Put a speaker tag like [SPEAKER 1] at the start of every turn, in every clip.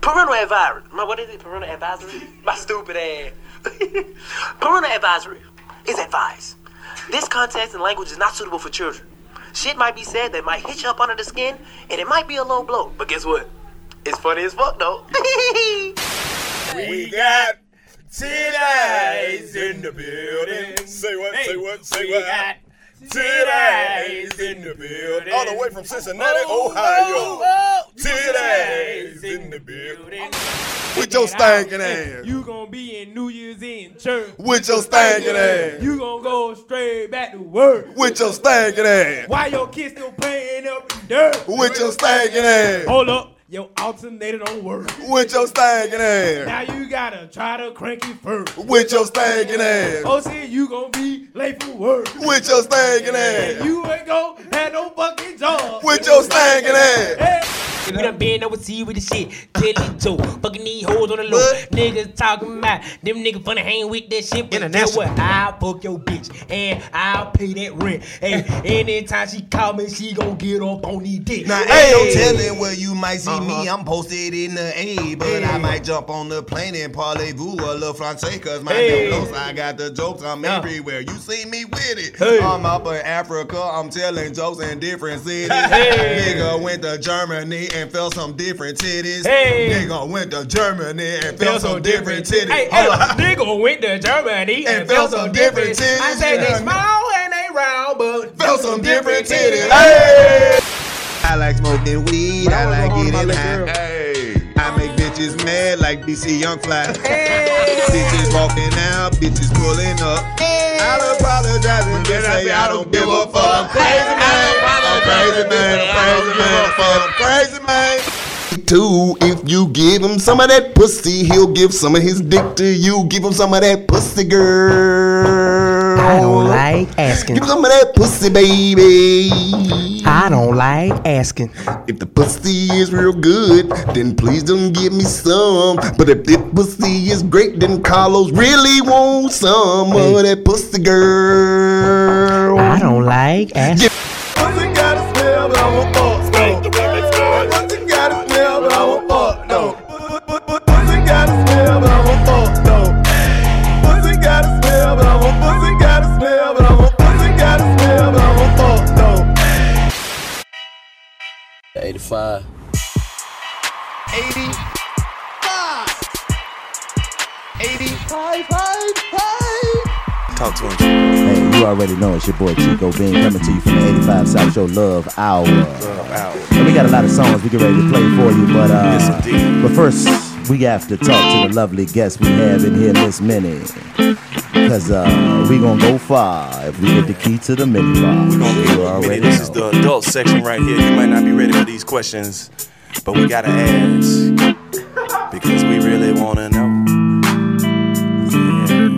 [SPEAKER 1] Coronavirus. My, what is it? Corona advisory? My stupid eh? ass. Corona advisory is advised. This context and language is not suitable for children. Shit might be said that might hit you up under the skin, and it might be a low blow. But guess what? It's funny as fuck, though.
[SPEAKER 2] We got titties in the building.
[SPEAKER 3] Say what? say what? Say
[SPEAKER 2] We
[SPEAKER 3] what?
[SPEAKER 2] got
[SPEAKER 3] Titties
[SPEAKER 2] titties in the building.
[SPEAKER 3] All the way from Cincinnati,
[SPEAKER 2] Oh,
[SPEAKER 3] Ohio.
[SPEAKER 2] oh, oh,
[SPEAKER 3] Titties in the building. With your stinking ass.
[SPEAKER 2] You gonna be in New Year's in church.
[SPEAKER 3] With your stinking ass.
[SPEAKER 2] You gonna go straight back to work.
[SPEAKER 3] With your stinking ass.
[SPEAKER 2] Why your kids still playing up in dirt?
[SPEAKER 3] With your stinking ass.
[SPEAKER 2] Hold up, your alternator don't work.
[SPEAKER 3] With your stinking ass.
[SPEAKER 2] Now you gotta try to crank it first.
[SPEAKER 3] With your stinking ass.
[SPEAKER 2] Oh, see, you gonna be late for work.
[SPEAKER 3] With your stinking
[SPEAKER 2] And
[SPEAKER 3] ass.
[SPEAKER 2] you ain't gonna have no fucking job.
[SPEAKER 3] With your stinking ass.
[SPEAKER 2] Hey.
[SPEAKER 4] We done been overseas with the shit. Dilly toe. Fucking these hoes on the low.
[SPEAKER 3] What?
[SPEAKER 4] Niggas talking about them niggas finna hang with that shit. But guess
[SPEAKER 3] International.
[SPEAKER 4] what? I'll fuck your bitch. And I'll pay that rent. Hey, anytime she call me, she gon' get up on these dick.
[SPEAKER 5] Now,
[SPEAKER 4] Hey. Uh-huh.
[SPEAKER 5] ain't no telling where you might see me. I'm posted in the A, but I might jump on the plane and parlez-vous a little français, cause my
[SPEAKER 4] Hey.
[SPEAKER 5] hey. knows I got the jokes. I'm
[SPEAKER 4] Yeah.
[SPEAKER 5] everywhere. You see me with it.
[SPEAKER 4] Hey.
[SPEAKER 5] I'm up in Africa. I'm telling jokes in different cities.
[SPEAKER 4] Hey.
[SPEAKER 5] Nigga went to Germany and felt some different titties.
[SPEAKER 4] Hey.
[SPEAKER 5] Nigga went to Germany and felt
[SPEAKER 4] Felt
[SPEAKER 5] some different titties.
[SPEAKER 4] Hey, hey,
[SPEAKER 5] Hold on.
[SPEAKER 4] nigga went to Germany and, felt some different
[SPEAKER 5] titties.
[SPEAKER 4] I say they
[SPEAKER 5] Yeah.
[SPEAKER 4] small and they round, but
[SPEAKER 5] Felt some different titties.
[SPEAKER 4] Hey!
[SPEAKER 5] I like smoking weed. I like getting high.
[SPEAKER 3] Hey.
[SPEAKER 5] I make bitches mad like BC Young Fly. bitches walking out, bitches pulling up. I'll apologize and just say I don't give a fuck. I'm crazy man, I'm crazy man, I'm crazy man, I'm crazy man. Too, if you give him some of that pussy, he'll give some of his dick to you. Give him some of that pussy, girl.
[SPEAKER 4] I don't like asking.
[SPEAKER 5] Give him some of that pussy, baby.
[SPEAKER 4] I don't like asking.
[SPEAKER 5] If the pussy is real good, then please don't give me some. But if the pussy is great, then Carlos really wants some of that pussy girl.
[SPEAKER 4] I don't like asking.
[SPEAKER 5] Pussy got a smell, but I won't fuck no. Pussy got a smell, but I won't fuck no. Pussy got a smell, but I won't fuck no. Pussy got a smell, but I won't. Pussy got a smell, but I won't. Pussy got a smell, but I won't fuck no.
[SPEAKER 6] 85. 85. 85. Talk to him.
[SPEAKER 7] Hey, you already know it's your boy Chico Bean coming to you from the 85 South Show Love Hour. And we got a lot of songs we get ready to play for you, but uh,
[SPEAKER 6] indeed.
[SPEAKER 7] but first we have to talk to the lovely guest we have in here, Miss Minnie. Cause uh, we gonna go far if we get the key to the mini bar.
[SPEAKER 6] We're gonna
[SPEAKER 7] You
[SPEAKER 6] get
[SPEAKER 7] already
[SPEAKER 6] it. This is
[SPEAKER 7] know.
[SPEAKER 6] the adult section right here. You might not be ready for these questions, but we gotta ask because we really wanna know.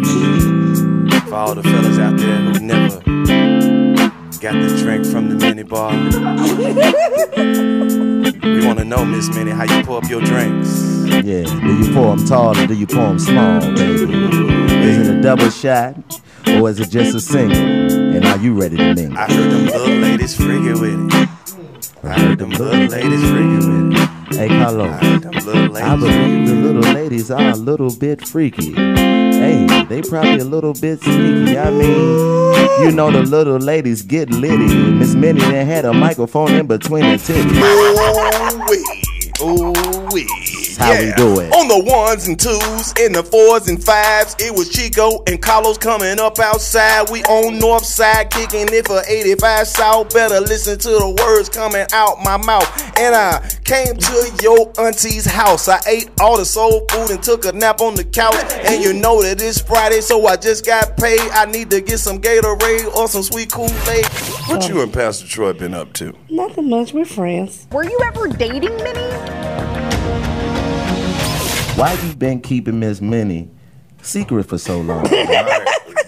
[SPEAKER 6] Yeah. For all the fellas out there who never got the drink from the mini bar, we wanna know, Miss Minnie, how you pour up your drinks.
[SPEAKER 7] Yeah, do you pour 'em tall or do you pour 'em small, baby? Is it a double shot or is it just a single? And are you ready to mingle?
[SPEAKER 6] I heard them little ladies freaking with it. I heard them little ladies freaking with it.
[SPEAKER 7] Hey, Carlo.
[SPEAKER 6] I heard them little
[SPEAKER 7] I
[SPEAKER 6] ladies.
[SPEAKER 7] believe the little ladies are a little bit freaky. Hey, they probably a little bit sneaky. I mean, you know the little ladies get litty. Miss Minnie then had a microphone in between her titties.
[SPEAKER 3] Ooh wee, ooh wee.
[SPEAKER 7] how we do it.
[SPEAKER 3] On the ones and twos, and the fours and fives, it was Chico and Carlos coming up outside. We on North Side, kicking it for 85 South. Better listen to the words coming out my mouth. And I came to your auntie's house. I ate all the soul food and took a nap on the couch. And you know that it's Friday, so I just got paid. I need to get some Gatorade or some sweet Kool Aid.
[SPEAKER 6] What you and Pastor Troy been up to?
[SPEAKER 8] Nothing much. We're friends.
[SPEAKER 9] Were you ever dating Minnie?
[SPEAKER 7] Why you been keeping Miss Minnie secret for so long?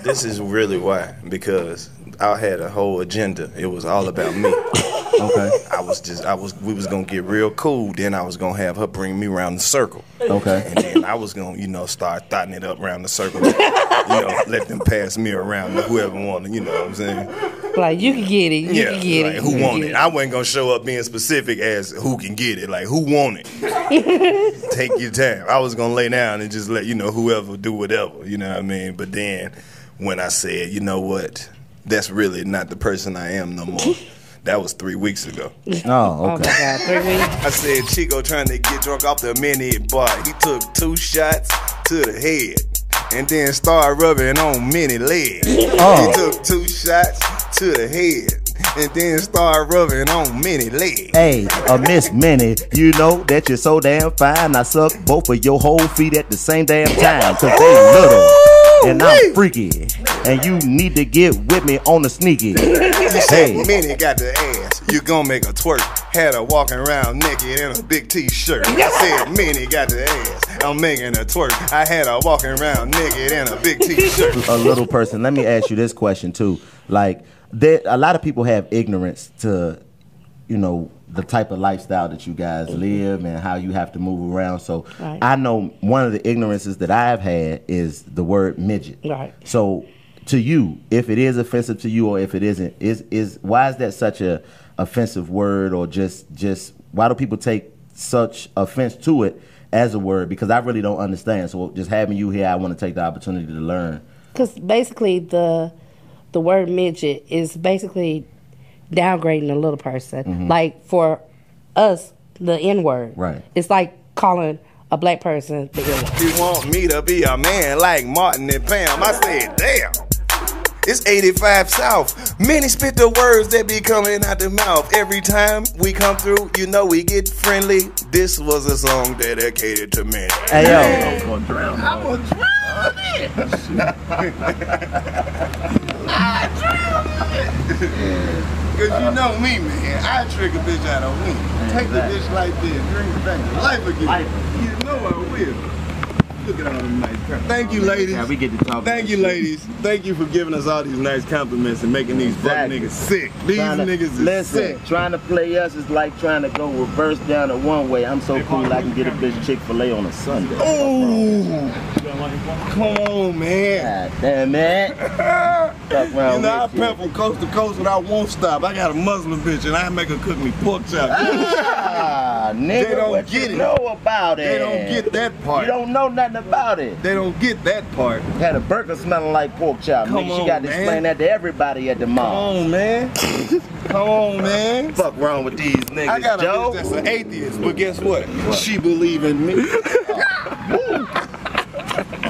[SPEAKER 6] This is really why, because I had a whole agenda. It was all about me.
[SPEAKER 7] Okay,
[SPEAKER 6] I was just, I was, we was gonna get real cool. Then I was gonna have her bring me around the circle,
[SPEAKER 7] okay.
[SPEAKER 6] and then I was gonna, you know, start thotting it up around the circle. you know, let them pass me around to whoever wanted. You know what I'm saying?
[SPEAKER 8] Like you can get it. You
[SPEAKER 5] Yeah,
[SPEAKER 8] can get
[SPEAKER 5] like,
[SPEAKER 8] it.
[SPEAKER 5] who
[SPEAKER 8] you can
[SPEAKER 5] want
[SPEAKER 8] get
[SPEAKER 5] it? I wasn't gonna show up being specific as who can get it. Like who want it? Take your time. I was gonna lay down and just let you know whoever do whatever. You know what I mean? But then when I said, you know what, that's really not the person I am no more. That was three weeks ago.
[SPEAKER 7] Oh,
[SPEAKER 8] Oh my
[SPEAKER 7] okay.
[SPEAKER 8] god, three weeks.
[SPEAKER 5] I said Chico trying to get drunk off the mini bar. He took two shots to the head and then started rubbing on mini legs. He
[SPEAKER 7] Oh,
[SPEAKER 5] took two shots to the head and then started rubbing on many legs.
[SPEAKER 7] hey, a Miss Minnie, you know that you're so damn fine. I suck both of your whole feet at the same damn time because they little and I'm freaky. And you need to get with me on the sneaky. Hey,
[SPEAKER 5] Many got the ass. You gon' make a twerk. Had her walking around naked in a big t-shirt. I said, Many got the ass. I'm making a twerk. I had her walking around naked in a big t-shirt.
[SPEAKER 7] a little person. Let me ask you this question too. Like, there, a lot of people have ignorance to, you know, the type of lifestyle that you guys live and how you have to move around. So,
[SPEAKER 8] Right.
[SPEAKER 7] I know one of the ignorances that I've had is the word midget.
[SPEAKER 8] Right.
[SPEAKER 7] So, to you, if it is offensive to you or if it isn't, is is why is that such a offensive word or just just why do people take such offense to it? As a word, because I really don't understand. So, just having you here, I want to take the opportunity to learn.
[SPEAKER 8] Because basically the the word midget is basically downgrading a little person. Like for us, the N word.
[SPEAKER 7] Right.
[SPEAKER 8] It's like calling a black person the N word.
[SPEAKER 5] You want me to be a man like Martin and Pam? I said, damn. It's 85 South. Many spit the words that be coming out the mouth. Every time we come through, you know we get friendly. This was a song dedicated to men.
[SPEAKER 7] Hey yo,
[SPEAKER 10] Cause you know me, man. I trick a bitch out of me. Take the bitch like this, bring it back to life again. You know I will. Look at all them nice compliments. Thank you, ladies.
[SPEAKER 11] Yeah, we get to talk.
[SPEAKER 10] Thank you, ladies. Thank you for giving us all these nice compliments and making these fuck
[SPEAKER 11] Exactly.
[SPEAKER 10] niggas sick. These
[SPEAKER 7] trying to-
[SPEAKER 10] niggas is
[SPEAKER 7] listen,
[SPEAKER 10] sick.
[SPEAKER 7] trying to play us is like trying to go reverse down a one way. I'm so cool I can get a bitch Chick Fil A on a Sunday.
[SPEAKER 10] Oh, come on, man.
[SPEAKER 7] God damn it! Fuck
[SPEAKER 10] You
[SPEAKER 7] around
[SPEAKER 10] know, I
[SPEAKER 7] with you.
[SPEAKER 10] pimp from coast to coast and I won't stop. I got a Muslim bitch and I make her cook me pork chop.
[SPEAKER 7] Ah, nigga,
[SPEAKER 10] They don't
[SPEAKER 7] what
[SPEAKER 10] get
[SPEAKER 7] you
[SPEAKER 10] it.
[SPEAKER 7] know about it?
[SPEAKER 10] they don't get that part.
[SPEAKER 7] You don't know nothing about it.
[SPEAKER 10] They don't get that part.
[SPEAKER 7] Had a burger smelling like pork chop.
[SPEAKER 10] Come
[SPEAKER 7] nigga, she
[SPEAKER 10] on,
[SPEAKER 7] got to
[SPEAKER 10] man.
[SPEAKER 7] explain that to everybody at the
[SPEAKER 10] Come
[SPEAKER 7] mall.
[SPEAKER 10] on, man. Come on, man.
[SPEAKER 7] Fuck wrong with these niggas,
[SPEAKER 10] I got a
[SPEAKER 7] Joe?
[SPEAKER 10] bitch that's an atheist, but guess what? She believe in me.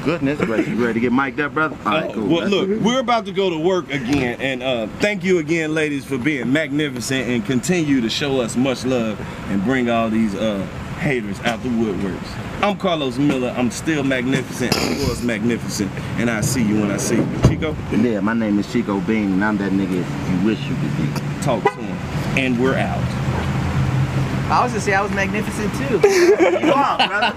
[SPEAKER 7] Goodness gracious, you ready to get mic'd up, brother? All right, cool.
[SPEAKER 10] Uh, Well,
[SPEAKER 7] Let's do
[SPEAKER 10] look,
[SPEAKER 7] it.
[SPEAKER 10] we're about to go to work again, and uh, thank you again, ladies, for being magnificent and continue to show us much love and bring all these uh, haters out the woodworks. I'm Carlos Miller. I'm still magnificent. I was magnificent, and I see you when I see you. Chico,
[SPEAKER 7] Yeah, my name is Chico Bean, and I'm that nigga you wish you could be.
[SPEAKER 10] talk to him, and we're out.
[SPEAKER 11] I was gonna say I was magnificent too.
[SPEAKER 10] You are, brother.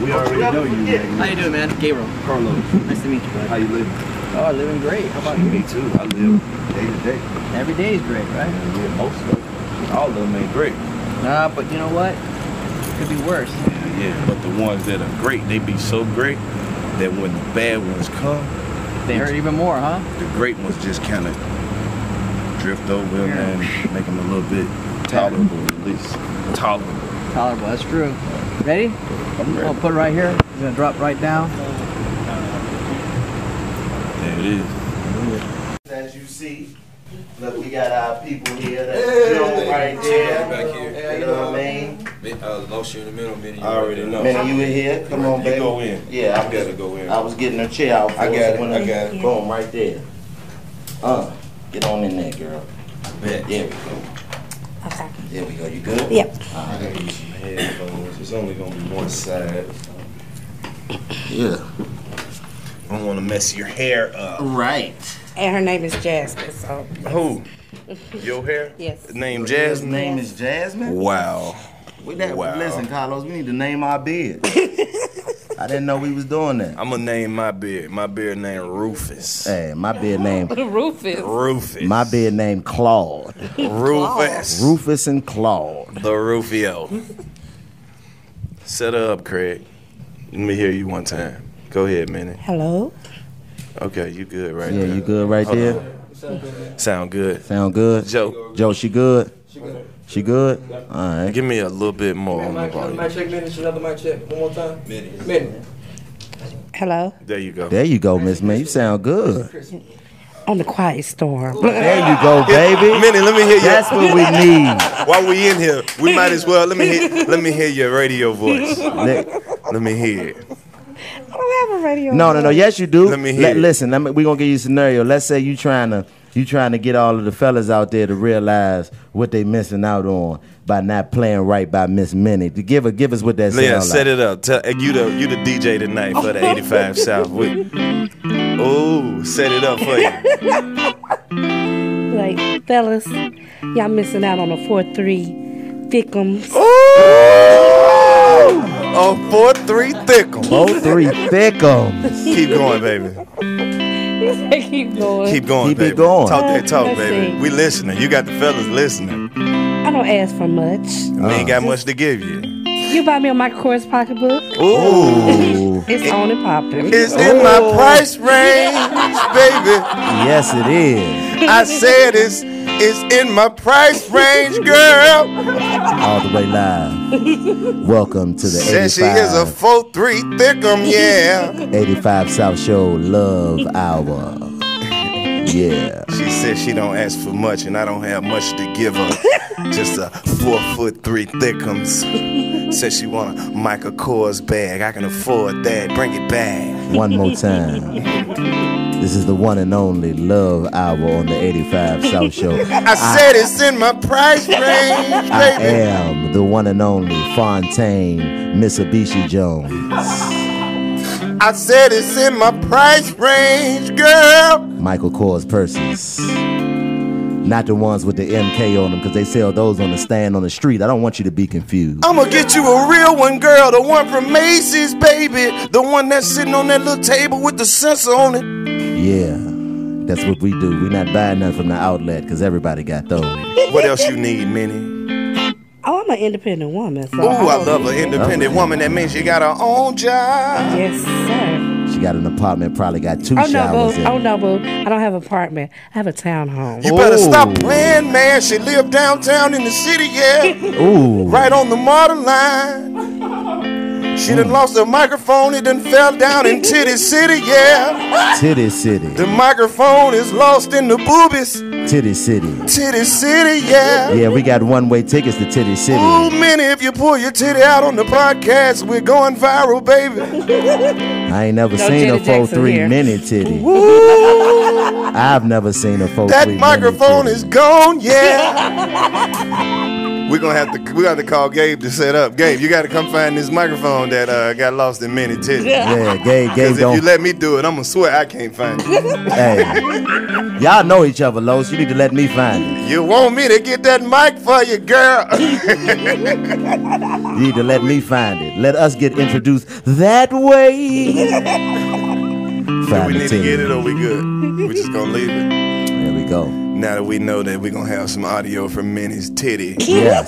[SPEAKER 10] We already know you,
[SPEAKER 11] How you doing, man? Gabriel.
[SPEAKER 10] Carlos.
[SPEAKER 11] Nice to meet you, bud.
[SPEAKER 10] How you living?
[SPEAKER 11] Oh, living great. How about you?
[SPEAKER 10] Me too. I live day to day.
[SPEAKER 11] Every day is great, right?
[SPEAKER 10] I live most of it. All of them ain't great.
[SPEAKER 11] Nah, but you know what? Could be worse.
[SPEAKER 10] Yeah, but the ones that are great, they be so great that when the bad ones come,
[SPEAKER 11] They hurt even more, huh?
[SPEAKER 10] the great ones just kind of drift over them and make them a little bit tolerable, at least. Tolerable.
[SPEAKER 11] Tolerable. That's true. Ready?
[SPEAKER 10] I'm
[SPEAKER 11] I'll
[SPEAKER 10] ready.
[SPEAKER 11] put it right here. It's gonna drop right down.
[SPEAKER 10] There it is.
[SPEAKER 7] As you see, look, we got our people here. That's Joe right there.
[SPEAKER 2] Back here.
[SPEAKER 7] You know what I mean?
[SPEAKER 2] Uh, lotion in the middle, mini.
[SPEAKER 5] I already know.
[SPEAKER 7] Man, you were here. Come on,
[SPEAKER 5] You
[SPEAKER 7] baby.
[SPEAKER 5] go in.
[SPEAKER 7] Yeah,
[SPEAKER 5] I gotta go in.
[SPEAKER 7] I was getting a chair out.
[SPEAKER 5] I
[SPEAKER 7] for us
[SPEAKER 5] got it,
[SPEAKER 7] when
[SPEAKER 5] I got
[SPEAKER 8] it.
[SPEAKER 7] Boom, right there. Uh, get on in there, girl.
[SPEAKER 2] Bet.
[SPEAKER 7] There we go.
[SPEAKER 8] Okay.
[SPEAKER 7] There we go. You good?
[SPEAKER 8] Yep.
[SPEAKER 7] All right.
[SPEAKER 5] Headphones. It's only gonna be one side.
[SPEAKER 7] Yeah.
[SPEAKER 5] I don't wanna mess your hair up.
[SPEAKER 7] Right.
[SPEAKER 8] And her name is Jasmine, so
[SPEAKER 5] Who? Your hair?
[SPEAKER 8] Yes.
[SPEAKER 5] Name
[SPEAKER 7] His
[SPEAKER 5] Jasmine?
[SPEAKER 7] name is Jasmine.
[SPEAKER 5] Wow.
[SPEAKER 7] We that,
[SPEAKER 5] Wow.
[SPEAKER 7] Listen, Carlos, we need to name our bed. I didn't know we was doing that.
[SPEAKER 5] I'm gonna name my beard. My beard named Rufus.
[SPEAKER 7] Hey, my bed name.
[SPEAKER 8] Rufus.
[SPEAKER 5] Rufus.
[SPEAKER 7] My bed name Claude.
[SPEAKER 5] Rufus.
[SPEAKER 7] Rufus and Claude.
[SPEAKER 5] The Rufio. Set her up, Craig. Let me hear you one time. Go ahead, minute.
[SPEAKER 8] Hello.
[SPEAKER 5] Okay, you good right
[SPEAKER 7] Yeah,
[SPEAKER 5] there.
[SPEAKER 7] you good right
[SPEAKER 5] Hold
[SPEAKER 7] there?
[SPEAKER 5] on. Sound good.
[SPEAKER 7] Sound good?
[SPEAKER 12] Joe.
[SPEAKER 7] Joe, she good?
[SPEAKER 12] She good.
[SPEAKER 7] She good? All right.
[SPEAKER 5] Give me a little bit more
[SPEAKER 12] Mic check, mic check, minutes, another mic check. One more time. Minutes. Minutes.
[SPEAKER 8] Hello.
[SPEAKER 5] There you go.
[SPEAKER 7] There you go, Miss Man. You sound good.
[SPEAKER 8] On the quiet storm.
[SPEAKER 7] There you go, baby.
[SPEAKER 5] Minnie, let me hear you.
[SPEAKER 7] That's what we need.
[SPEAKER 5] While we in here, we might as well let me hear, let me hear your radio voice.
[SPEAKER 7] Let,
[SPEAKER 5] me hear it.
[SPEAKER 8] I don't have a radio.
[SPEAKER 7] No, no, no. Yes, you do.
[SPEAKER 5] Let me hear it.
[SPEAKER 7] listen, let me, we're gonna give you a scenario. Let's say you trying to you trying to get all of the fellas out there to realize what they missing out on by not playing right by Miss Minnie. To give her, give us what that
[SPEAKER 5] Leon,
[SPEAKER 7] sound
[SPEAKER 5] set
[SPEAKER 7] like.
[SPEAKER 5] it up. Tell, you the you the DJ tonight for the 85 South. We, oh, set it up for you.
[SPEAKER 8] Like, fellas, y'all missing out on a 4 3 Thickums.
[SPEAKER 5] Oh, four three thickums.
[SPEAKER 7] Four Oh, three thickums.
[SPEAKER 5] Keep going, baby.
[SPEAKER 8] Keep going.
[SPEAKER 5] Keep going,
[SPEAKER 7] Keep it
[SPEAKER 5] baby.
[SPEAKER 7] going.
[SPEAKER 5] Talk that talk,
[SPEAKER 8] Let's
[SPEAKER 5] baby.
[SPEAKER 8] see.
[SPEAKER 5] We listening. You got the fellas listening.
[SPEAKER 8] I don't ask for much.
[SPEAKER 5] We ain't
[SPEAKER 7] Uh.
[SPEAKER 5] got much to give you.
[SPEAKER 8] You buy me a Michael Kors pocketbook.
[SPEAKER 5] Ooh.
[SPEAKER 8] It's on and popping.
[SPEAKER 5] It's in my price range, baby.
[SPEAKER 7] Yes, it is.
[SPEAKER 5] I said it's it's in my price range, girl.
[SPEAKER 7] All the way live. Welcome to the
[SPEAKER 5] Said she is a
[SPEAKER 7] 85,
[SPEAKER 5] four three thickum, yeah.
[SPEAKER 7] 85 South Show Love Hour. Yeah.
[SPEAKER 5] She said she don't ask for much, and I don't have much to give her. Just a four foot three thickums. Said she want a Michael Kors bag. I can afford that. Bring it back.
[SPEAKER 7] one more time. This is the one and only Love Hour on the 85 South Show.
[SPEAKER 5] I said it's in my price range,
[SPEAKER 7] I
[SPEAKER 5] baby.
[SPEAKER 7] am the one and only Fontaine Mitsubishi Jones.
[SPEAKER 5] I said it's in my price range, girl.
[SPEAKER 7] Michael Kors purses. Not the ones with the MK on them because they sell those on the stand on the street. I don't want you to be confused.
[SPEAKER 5] I'ma get you a real one, girl. The one from Macy's, baby. The one that's sitting on that little table with the sensor on it.
[SPEAKER 7] Yeah, that's what we do. We're not buying nothing from the outlet because everybody got those.
[SPEAKER 5] What else you need, Minnie?
[SPEAKER 8] Oh, I'm an independent woman. So
[SPEAKER 5] Ooh, I love an independent woman. That means she got her own job.
[SPEAKER 8] Yes, sir.
[SPEAKER 7] She got an apartment, probably got two
[SPEAKER 8] Oh no,
[SPEAKER 7] showers
[SPEAKER 8] boo.
[SPEAKER 7] in
[SPEAKER 8] Oh
[SPEAKER 7] it.
[SPEAKER 8] no, boo. I don't have an apartment. I have a townhome.
[SPEAKER 5] You better
[SPEAKER 7] Ooh.
[SPEAKER 5] stop playing, man. She live downtown in the city, yeah.
[SPEAKER 7] Ooh,
[SPEAKER 5] right on the martyr line. She done lost her microphone. It done fell down in Titty City, yeah.
[SPEAKER 8] oh.
[SPEAKER 7] Titty City.
[SPEAKER 5] The microphone is lost in the boobies.
[SPEAKER 7] Titty City.
[SPEAKER 5] Titty City, yeah.
[SPEAKER 7] Yeah, we got one way tickets to Titty City.
[SPEAKER 5] Ooh, Minnie, if you pull your titty out on the podcast, we're going viral, baby.
[SPEAKER 7] I ain't never
[SPEAKER 8] No
[SPEAKER 7] seen
[SPEAKER 8] Janet
[SPEAKER 7] a 4
[SPEAKER 8] Jackson
[SPEAKER 7] 3
[SPEAKER 8] here.
[SPEAKER 7] minute titty. I've never seen a 4
[SPEAKER 5] That
[SPEAKER 7] 3
[SPEAKER 5] microphone
[SPEAKER 7] minute
[SPEAKER 5] is
[SPEAKER 7] titty.
[SPEAKER 5] gone, yeah. We're gonna have to we got to call Gabe to set up. Gabe, you gotta come find this microphone that uh, got lost in many titties.
[SPEAKER 7] Yeah, Gabe, Gabe
[SPEAKER 5] Cause if you
[SPEAKER 7] don't.
[SPEAKER 5] let me do it, I'm gonna swear I can't find it.
[SPEAKER 7] hey. Y'all know each other, Los. You need to let me find it.
[SPEAKER 5] You want me to get that mic for you, girl?
[SPEAKER 7] You need to let me find it. Let us get introduced that way.
[SPEAKER 5] Do
[SPEAKER 7] find
[SPEAKER 5] we
[SPEAKER 7] the
[SPEAKER 5] need to get
[SPEAKER 7] titty.
[SPEAKER 5] it or we good? We just gonna leave it.
[SPEAKER 7] There we go.
[SPEAKER 5] Now that we know that we're gonna have some audio from Minnie's titty.
[SPEAKER 7] Yes.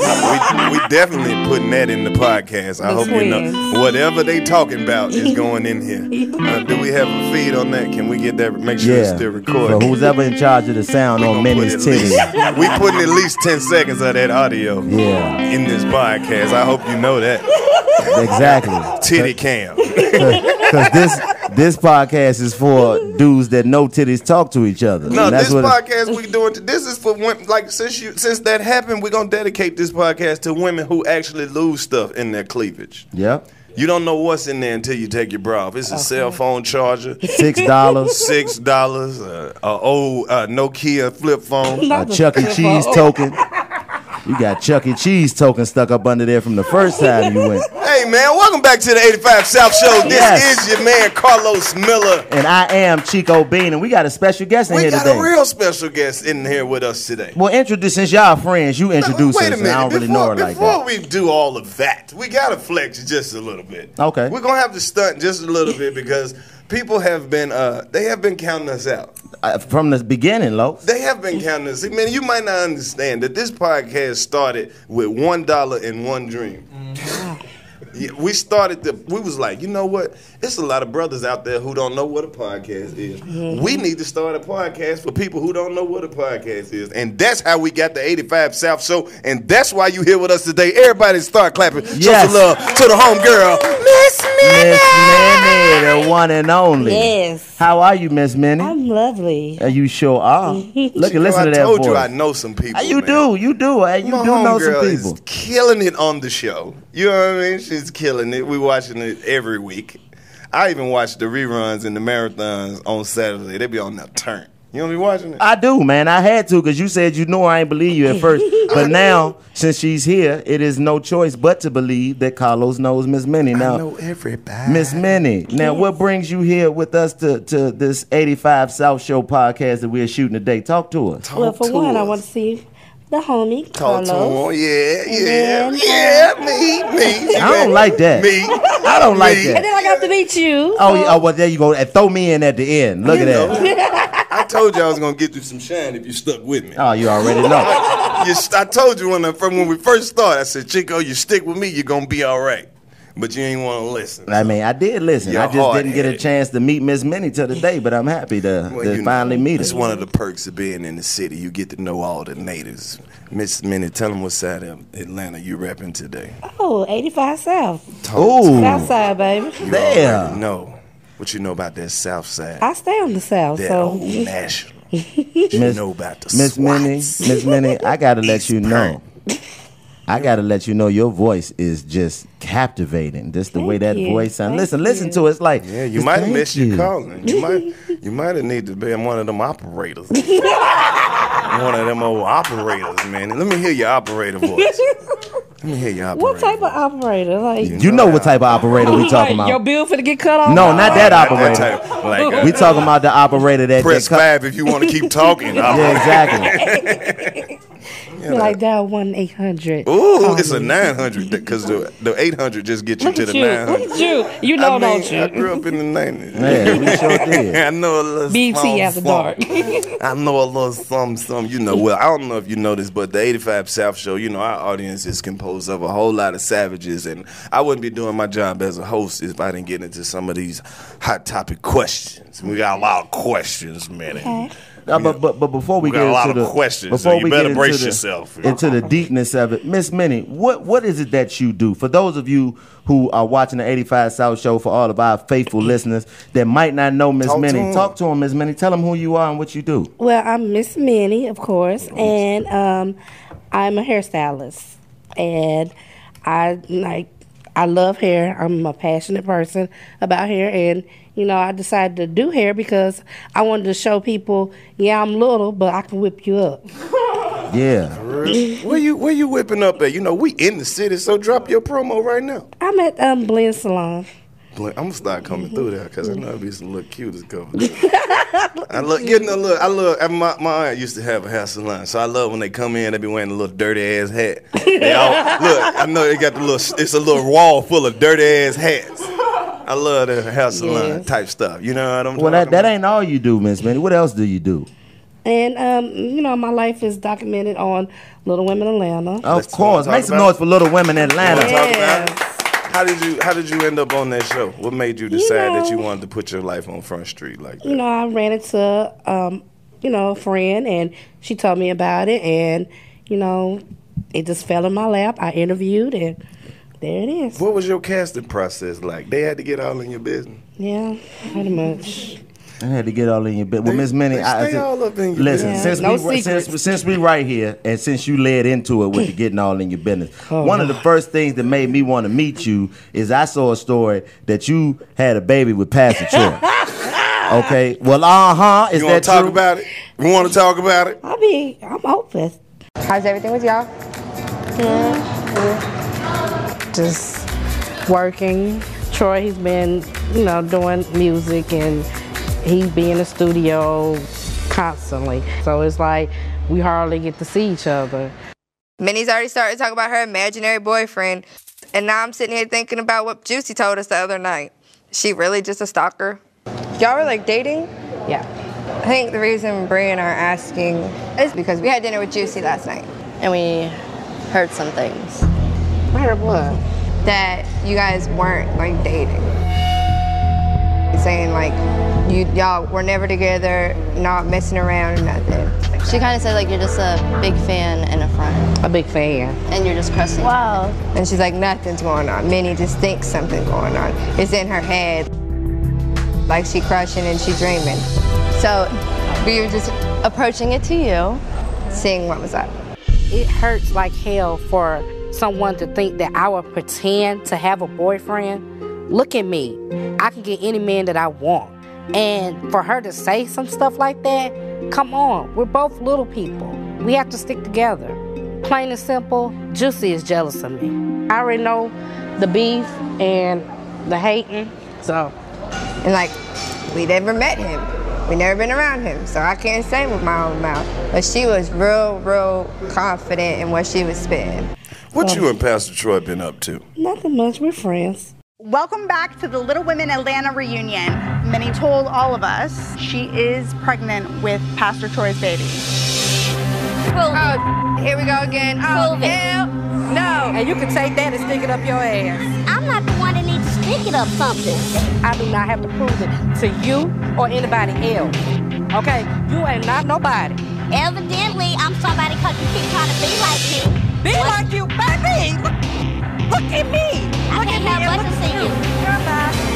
[SPEAKER 5] we, we definitely putting that in the podcast. I
[SPEAKER 8] The
[SPEAKER 5] hope you
[SPEAKER 8] twins.
[SPEAKER 5] know whatever they talking about is going in here. Uh, do we have a feed on that? Can we get that? Make sure it's
[SPEAKER 7] Yeah.
[SPEAKER 5] still
[SPEAKER 7] For
[SPEAKER 5] recorded.
[SPEAKER 7] who's ever in charge of the sound
[SPEAKER 5] We
[SPEAKER 7] on
[SPEAKER 5] gonna
[SPEAKER 7] Minnie's
[SPEAKER 5] put at least-
[SPEAKER 7] titty.
[SPEAKER 5] we putting at least ten seconds of that audio
[SPEAKER 7] Yeah,
[SPEAKER 5] in this podcast. I hope you know that
[SPEAKER 7] exactly.
[SPEAKER 5] titty cam.
[SPEAKER 7] Because this this podcast is for dudes that know titties talk to each other.
[SPEAKER 5] No,
[SPEAKER 7] And that's
[SPEAKER 5] this
[SPEAKER 7] what
[SPEAKER 5] podcast we doing. This is for women. Like since you since that happened, we're gonna dedicate this podcast to women who actually lose stuff in their cleavage.
[SPEAKER 7] Yep.
[SPEAKER 5] You don't know what's in there until you take your bra off. It's a cell phone charger.
[SPEAKER 7] Six dollars.
[SPEAKER 5] six dollars, uh, a old uh, Nokia flip phone.
[SPEAKER 7] a Chuck E. Cheese token. You got Chuck E. Cheese token stuck up under there from the first time you went.
[SPEAKER 5] Hey man, welcome back to the 85 South Show. This
[SPEAKER 7] Yes.
[SPEAKER 5] is your man Carlos Miller.
[SPEAKER 7] And I am Chico Bean, and we got a special guest in
[SPEAKER 5] We
[SPEAKER 7] here
[SPEAKER 5] got
[SPEAKER 7] today.
[SPEAKER 5] a real special guest in here with us today.
[SPEAKER 7] well, introduce since y'all friends, you introduce
[SPEAKER 5] Wait
[SPEAKER 7] us.
[SPEAKER 5] a
[SPEAKER 7] and
[SPEAKER 5] minute.
[SPEAKER 7] I don't really know
[SPEAKER 5] before
[SPEAKER 7] her like
[SPEAKER 5] before
[SPEAKER 7] that.
[SPEAKER 5] we do all of that, we gotta flex just a little bit.
[SPEAKER 7] Okay.
[SPEAKER 5] We're gonna have to stunt just a little bit because people have been uh they have been counting us out.
[SPEAKER 7] Uh, from the beginning, Lo.
[SPEAKER 5] They have been counting us. Man, you might not
[SPEAKER 7] Mm-hmm.
[SPEAKER 5] understand that this podcast started with one dollar and one dream. Yeah, we started the. We was like, you know what? It's a lot of brothers out there who don't know what a podcast is.
[SPEAKER 7] Mm-hmm.
[SPEAKER 5] We need to start a podcast for people who don't know what a podcast is, and that's how we got the 85 South Show, and that's why you here with us today. Everybody, start clapping. Show
[SPEAKER 7] Yes.
[SPEAKER 5] some love to the home girl, Miss
[SPEAKER 7] Miss Minnie, the one and only.
[SPEAKER 8] Yes.
[SPEAKER 7] How are you, Miss Minnie?
[SPEAKER 8] I'm lovely.
[SPEAKER 7] Uh, you sure are. Look
[SPEAKER 5] Chico,
[SPEAKER 7] and listen to that
[SPEAKER 5] I told
[SPEAKER 7] voice.
[SPEAKER 5] you I know some people.
[SPEAKER 7] Uh, you
[SPEAKER 5] Oh, man.
[SPEAKER 7] do, you do, uh, you
[SPEAKER 5] My
[SPEAKER 7] do know some
[SPEAKER 5] homegirl is
[SPEAKER 7] people.
[SPEAKER 5] killing it on the show. You know what I mean? She's killing it. We watching it every week. I even watch the reruns and the marathons on Saturday. They be on that turn. You don't be watching it.
[SPEAKER 7] I do, man. I had to because you said you know I ain't believe you at first, but now since she's here, it is no choice but to believe that Carlos knows Miss Minnie. Now,
[SPEAKER 5] everybody.
[SPEAKER 7] Miss Minnie. Now, what brings you here with us to, to this 85 South Show podcast that we're shooting today? Talk to us.
[SPEAKER 8] well, for one, I want to see the homie
[SPEAKER 7] Talk to
[SPEAKER 8] Carlos.
[SPEAKER 7] him,
[SPEAKER 5] yeah,
[SPEAKER 8] yeah,
[SPEAKER 5] yeah, me, me.
[SPEAKER 7] I don't like that.
[SPEAKER 5] Me.
[SPEAKER 7] I don't like that.
[SPEAKER 8] And then I got to meet you.
[SPEAKER 7] Oh, yeah, oh, well, there you go. And throw me in at the end. Look at that.
[SPEAKER 5] I told you I was gonna get you some shine if you stuck with me.
[SPEAKER 7] Oh, you already know.
[SPEAKER 5] You st- I told you when I, from when we first started. I said, Chico, you stick with me, you're gonna be all right. But you ain't want to listen.
[SPEAKER 7] I mean, I did listen.
[SPEAKER 5] Your
[SPEAKER 7] I just
[SPEAKER 5] hard
[SPEAKER 7] didn't get a chance to meet Miss Minnie till today, but I'm happy to,
[SPEAKER 5] Well,
[SPEAKER 7] to
[SPEAKER 5] you know,
[SPEAKER 7] finally meet
[SPEAKER 5] It's
[SPEAKER 7] her.
[SPEAKER 5] one of the perks of being in the city. You get to know all the natives. Miss Minnie, tell them what side of Atlanta you rapping today.
[SPEAKER 8] Oh, 85 South.
[SPEAKER 7] Ooh.
[SPEAKER 8] Southside, baby.
[SPEAKER 5] There. No. What you know about that South Side?
[SPEAKER 8] I stay on the South,
[SPEAKER 5] that
[SPEAKER 8] so.
[SPEAKER 5] old national. you know about the
[SPEAKER 7] Miss Minnie, Miss Minnie, I gotta let you know. I gotta let you know your voice is just captivating. Just the way that
[SPEAKER 5] Thank you.
[SPEAKER 7] voice sounds.
[SPEAKER 5] Thank
[SPEAKER 7] Listen, listen to it. It's like
[SPEAKER 5] Yeah, you might have missed
[SPEAKER 7] you.
[SPEAKER 5] your calling. You might you might have need to be one of them operators. one of them old operators, man. Let me hear your operator voice. Let me hear your operator.
[SPEAKER 8] What type of operator? Like,
[SPEAKER 7] You know what type of operator we talking
[SPEAKER 8] Your
[SPEAKER 7] about?
[SPEAKER 8] bill for to get cut off?
[SPEAKER 7] No, not that
[SPEAKER 5] Not that
[SPEAKER 7] operator.
[SPEAKER 5] type.
[SPEAKER 8] Oh.
[SPEAKER 5] Like, uh,
[SPEAKER 7] we talking about the operator that
[SPEAKER 5] Press
[SPEAKER 7] that co-
[SPEAKER 5] five if you want to keep talking.
[SPEAKER 7] Yeah, exactly.
[SPEAKER 8] Be like that one eight hundred.
[SPEAKER 5] Ooh, it's a 900 because the, the 800 just get you
[SPEAKER 8] Oh, Look
[SPEAKER 5] to
[SPEAKER 8] at
[SPEAKER 5] the
[SPEAKER 8] you.
[SPEAKER 5] 900.
[SPEAKER 8] Look at you. You know,
[SPEAKER 5] I mean, uh,
[SPEAKER 8] don't you?
[SPEAKER 5] I grew up in the 90s.
[SPEAKER 7] Yeah, we sure did.
[SPEAKER 5] I know a little
[SPEAKER 8] BT
[SPEAKER 5] small
[SPEAKER 8] after
[SPEAKER 5] something.
[SPEAKER 8] dark.
[SPEAKER 5] I know a little something, something. You know, well, I don't know if you know this, but the 85 South Show, you know, our audience is composed of a whole lot of savages, and I wouldn't be doing my job as a host if I didn't get into some of these hot topic questions. We got a lot of questions, man.
[SPEAKER 7] Uh, but, but but before we,
[SPEAKER 5] We got
[SPEAKER 7] get
[SPEAKER 5] a lot
[SPEAKER 7] into
[SPEAKER 5] of
[SPEAKER 7] the
[SPEAKER 5] questions, so
[SPEAKER 7] before
[SPEAKER 5] you
[SPEAKER 7] we
[SPEAKER 5] better
[SPEAKER 7] get into
[SPEAKER 5] brace
[SPEAKER 7] the,
[SPEAKER 5] yourself.
[SPEAKER 7] into the deepness of it, Miss Minnie, what what is it that you do for those of you who are watching the eighty five South show for all of our faithful listeners that might not know Miss
[SPEAKER 8] Talk to
[SPEAKER 7] Minnie?
[SPEAKER 8] 'em.
[SPEAKER 7] Talk to them, Miss Minnie. Tell them who you are and what you do.
[SPEAKER 8] Well, I'm Miss Minnie, of course, and um, I'm a hairstylist, and I like I love hair. I'm a passionate person about hair, and you know I decided to do hair because I wanted to show people, yeah, I'm little, but I can whip you up.
[SPEAKER 7] Yeah.
[SPEAKER 5] where you where you whipping up at? You know, we in the city, so drop your promo right now.
[SPEAKER 8] I'm at um, Blend Salon.
[SPEAKER 5] Bl- I'm gonna start coming through there because I know it'd be some little cutest coming. I look, you know, look, I love. and My, my aunt used to have a hair salon, so I love when they come in. They be wearing a little dirty ass hat. They all, look, I know they got the little. It's a little wall full of dirty ass hats. I love the hair salon
[SPEAKER 8] Yes.
[SPEAKER 5] type stuff. You know what I'm talking
[SPEAKER 7] Well, that, that ain't all you do, Miss Minnie. What else do you do?
[SPEAKER 8] And um, you know my life is documented on Little Women Atlanta.
[SPEAKER 7] Of course, make some noise for Little Women in
[SPEAKER 5] about?
[SPEAKER 7] Atlanta.
[SPEAKER 5] You wanna talk about it? How did you How did you end up on that show? What made you decide that you wanted to put your life on Front Street like that?
[SPEAKER 8] you know, I ran into um, you know, a friend and she told me about it and, you know, it just fell in my lap. I interviewed and there it is.
[SPEAKER 5] What was your casting process like? They had to get all in your business.
[SPEAKER 8] Yeah, pretty much.
[SPEAKER 7] I had to get all in your bit. Well,
[SPEAKER 5] They-
[SPEAKER 7] Miss Minnie,
[SPEAKER 5] they
[SPEAKER 7] I, I
[SPEAKER 5] stay
[SPEAKER 7] said-
[SPEAKER 5] all up in your
[SPEAKER 7] listen.
[SPEAKER 5] business.
[SPEAKER 7] Since,
[SPEAKER 5] No
[SPEAKER 7] we,
[SPEAKER 5] secrets.
[SPEAKER 7] since, since we right here, and since you led into it with the getting all in your business, one of the first things that made me want to meet you is I saw a story that you had a baby with Pastor Troy. okay, well, uh huh. Is
[SPEAKER 5] You wanna
[SPEAKER 7] that
[SPEAKER 5] talk
[SPEAKER 7] true?
[SPEAKER 5] about it? We want to talk about it.
[SPEAKER 8] I mean, I'm open.
[SPEAKER 13] How's everything with y'all?
[SPEAKER 8] Just working. Troy, he's been, you know, doing music and he be in the studio constantly. So it's like we hardly get to see each other.
[SPEAKER 9] Minnie's already started to talk about her imaginary boyfriend, and now I'm sitting here thinking about what Juicy told us the other night. She really just a stalker? Y'all were like dating?
[SPEAKER 8] Yeah.
[SPEAKER 9] I think the reason Brie and I are asking is because we had dinner with Juicy last night. And we heard some things.
[SPEAKER 8] Matter of what?
[SPEAKER 9] that you guys weren't like dating. Saying like you y'all were never together, not messing around or nothing.
[SPEAKER 14] She kind of said like you're just a big fan and a friend,
[SPEAKER 8] A big fan.
[SPEAKER 14] and you're just crusty.
[SPEAKER 9] Wow. And she's like, nothing's going on. Minnie just thinks something's going on. It's in her head. Like she crushing and she dreaming.
[SPEAKER 14] So we were just approaching it to you.
[SPEAKER 9] Seeing what was up.
[SPEAKER 8] It hurts like hell for someone to think that I would pretend to have a boyfriend. Look at me. I can get any man that I want. And for her to say some stuff like that, come on. We're both little people. We have to stick together. Plain and simple, Juicy is jealous of me. I already know the beef and the hating. So,
[SPEAKER 9] and like, we never met him. We never been around him, so I can't say with my own mouth. But she was real, real confident in what she was spitting.
[SPEAKER 5] What you and Pastor Troy been up to?
[SPEAKER 8] Nothing much. We're friends.
[SPEAKER 13] Welcome back to the Little Women Atlanta reunion. Minnie told all of us she is pregnant with Pastor Troy's baby.
[SPEAKER 9] Oh, here we go again. Oh, hell no.
[SPEAKER 8] And you can take that and stick it up your ass.
[SPEAKER 15] I'm not the one that needs to stick it up something.
[SPEAKER 8] I do not have to prove it to you or anybody else. Okay? You ain't not nobody.
[SPEAKER 15] Evidently, I'm somebody because you keep trying to be like me. Be like you, baby! Look, at me! I can't help but to see you.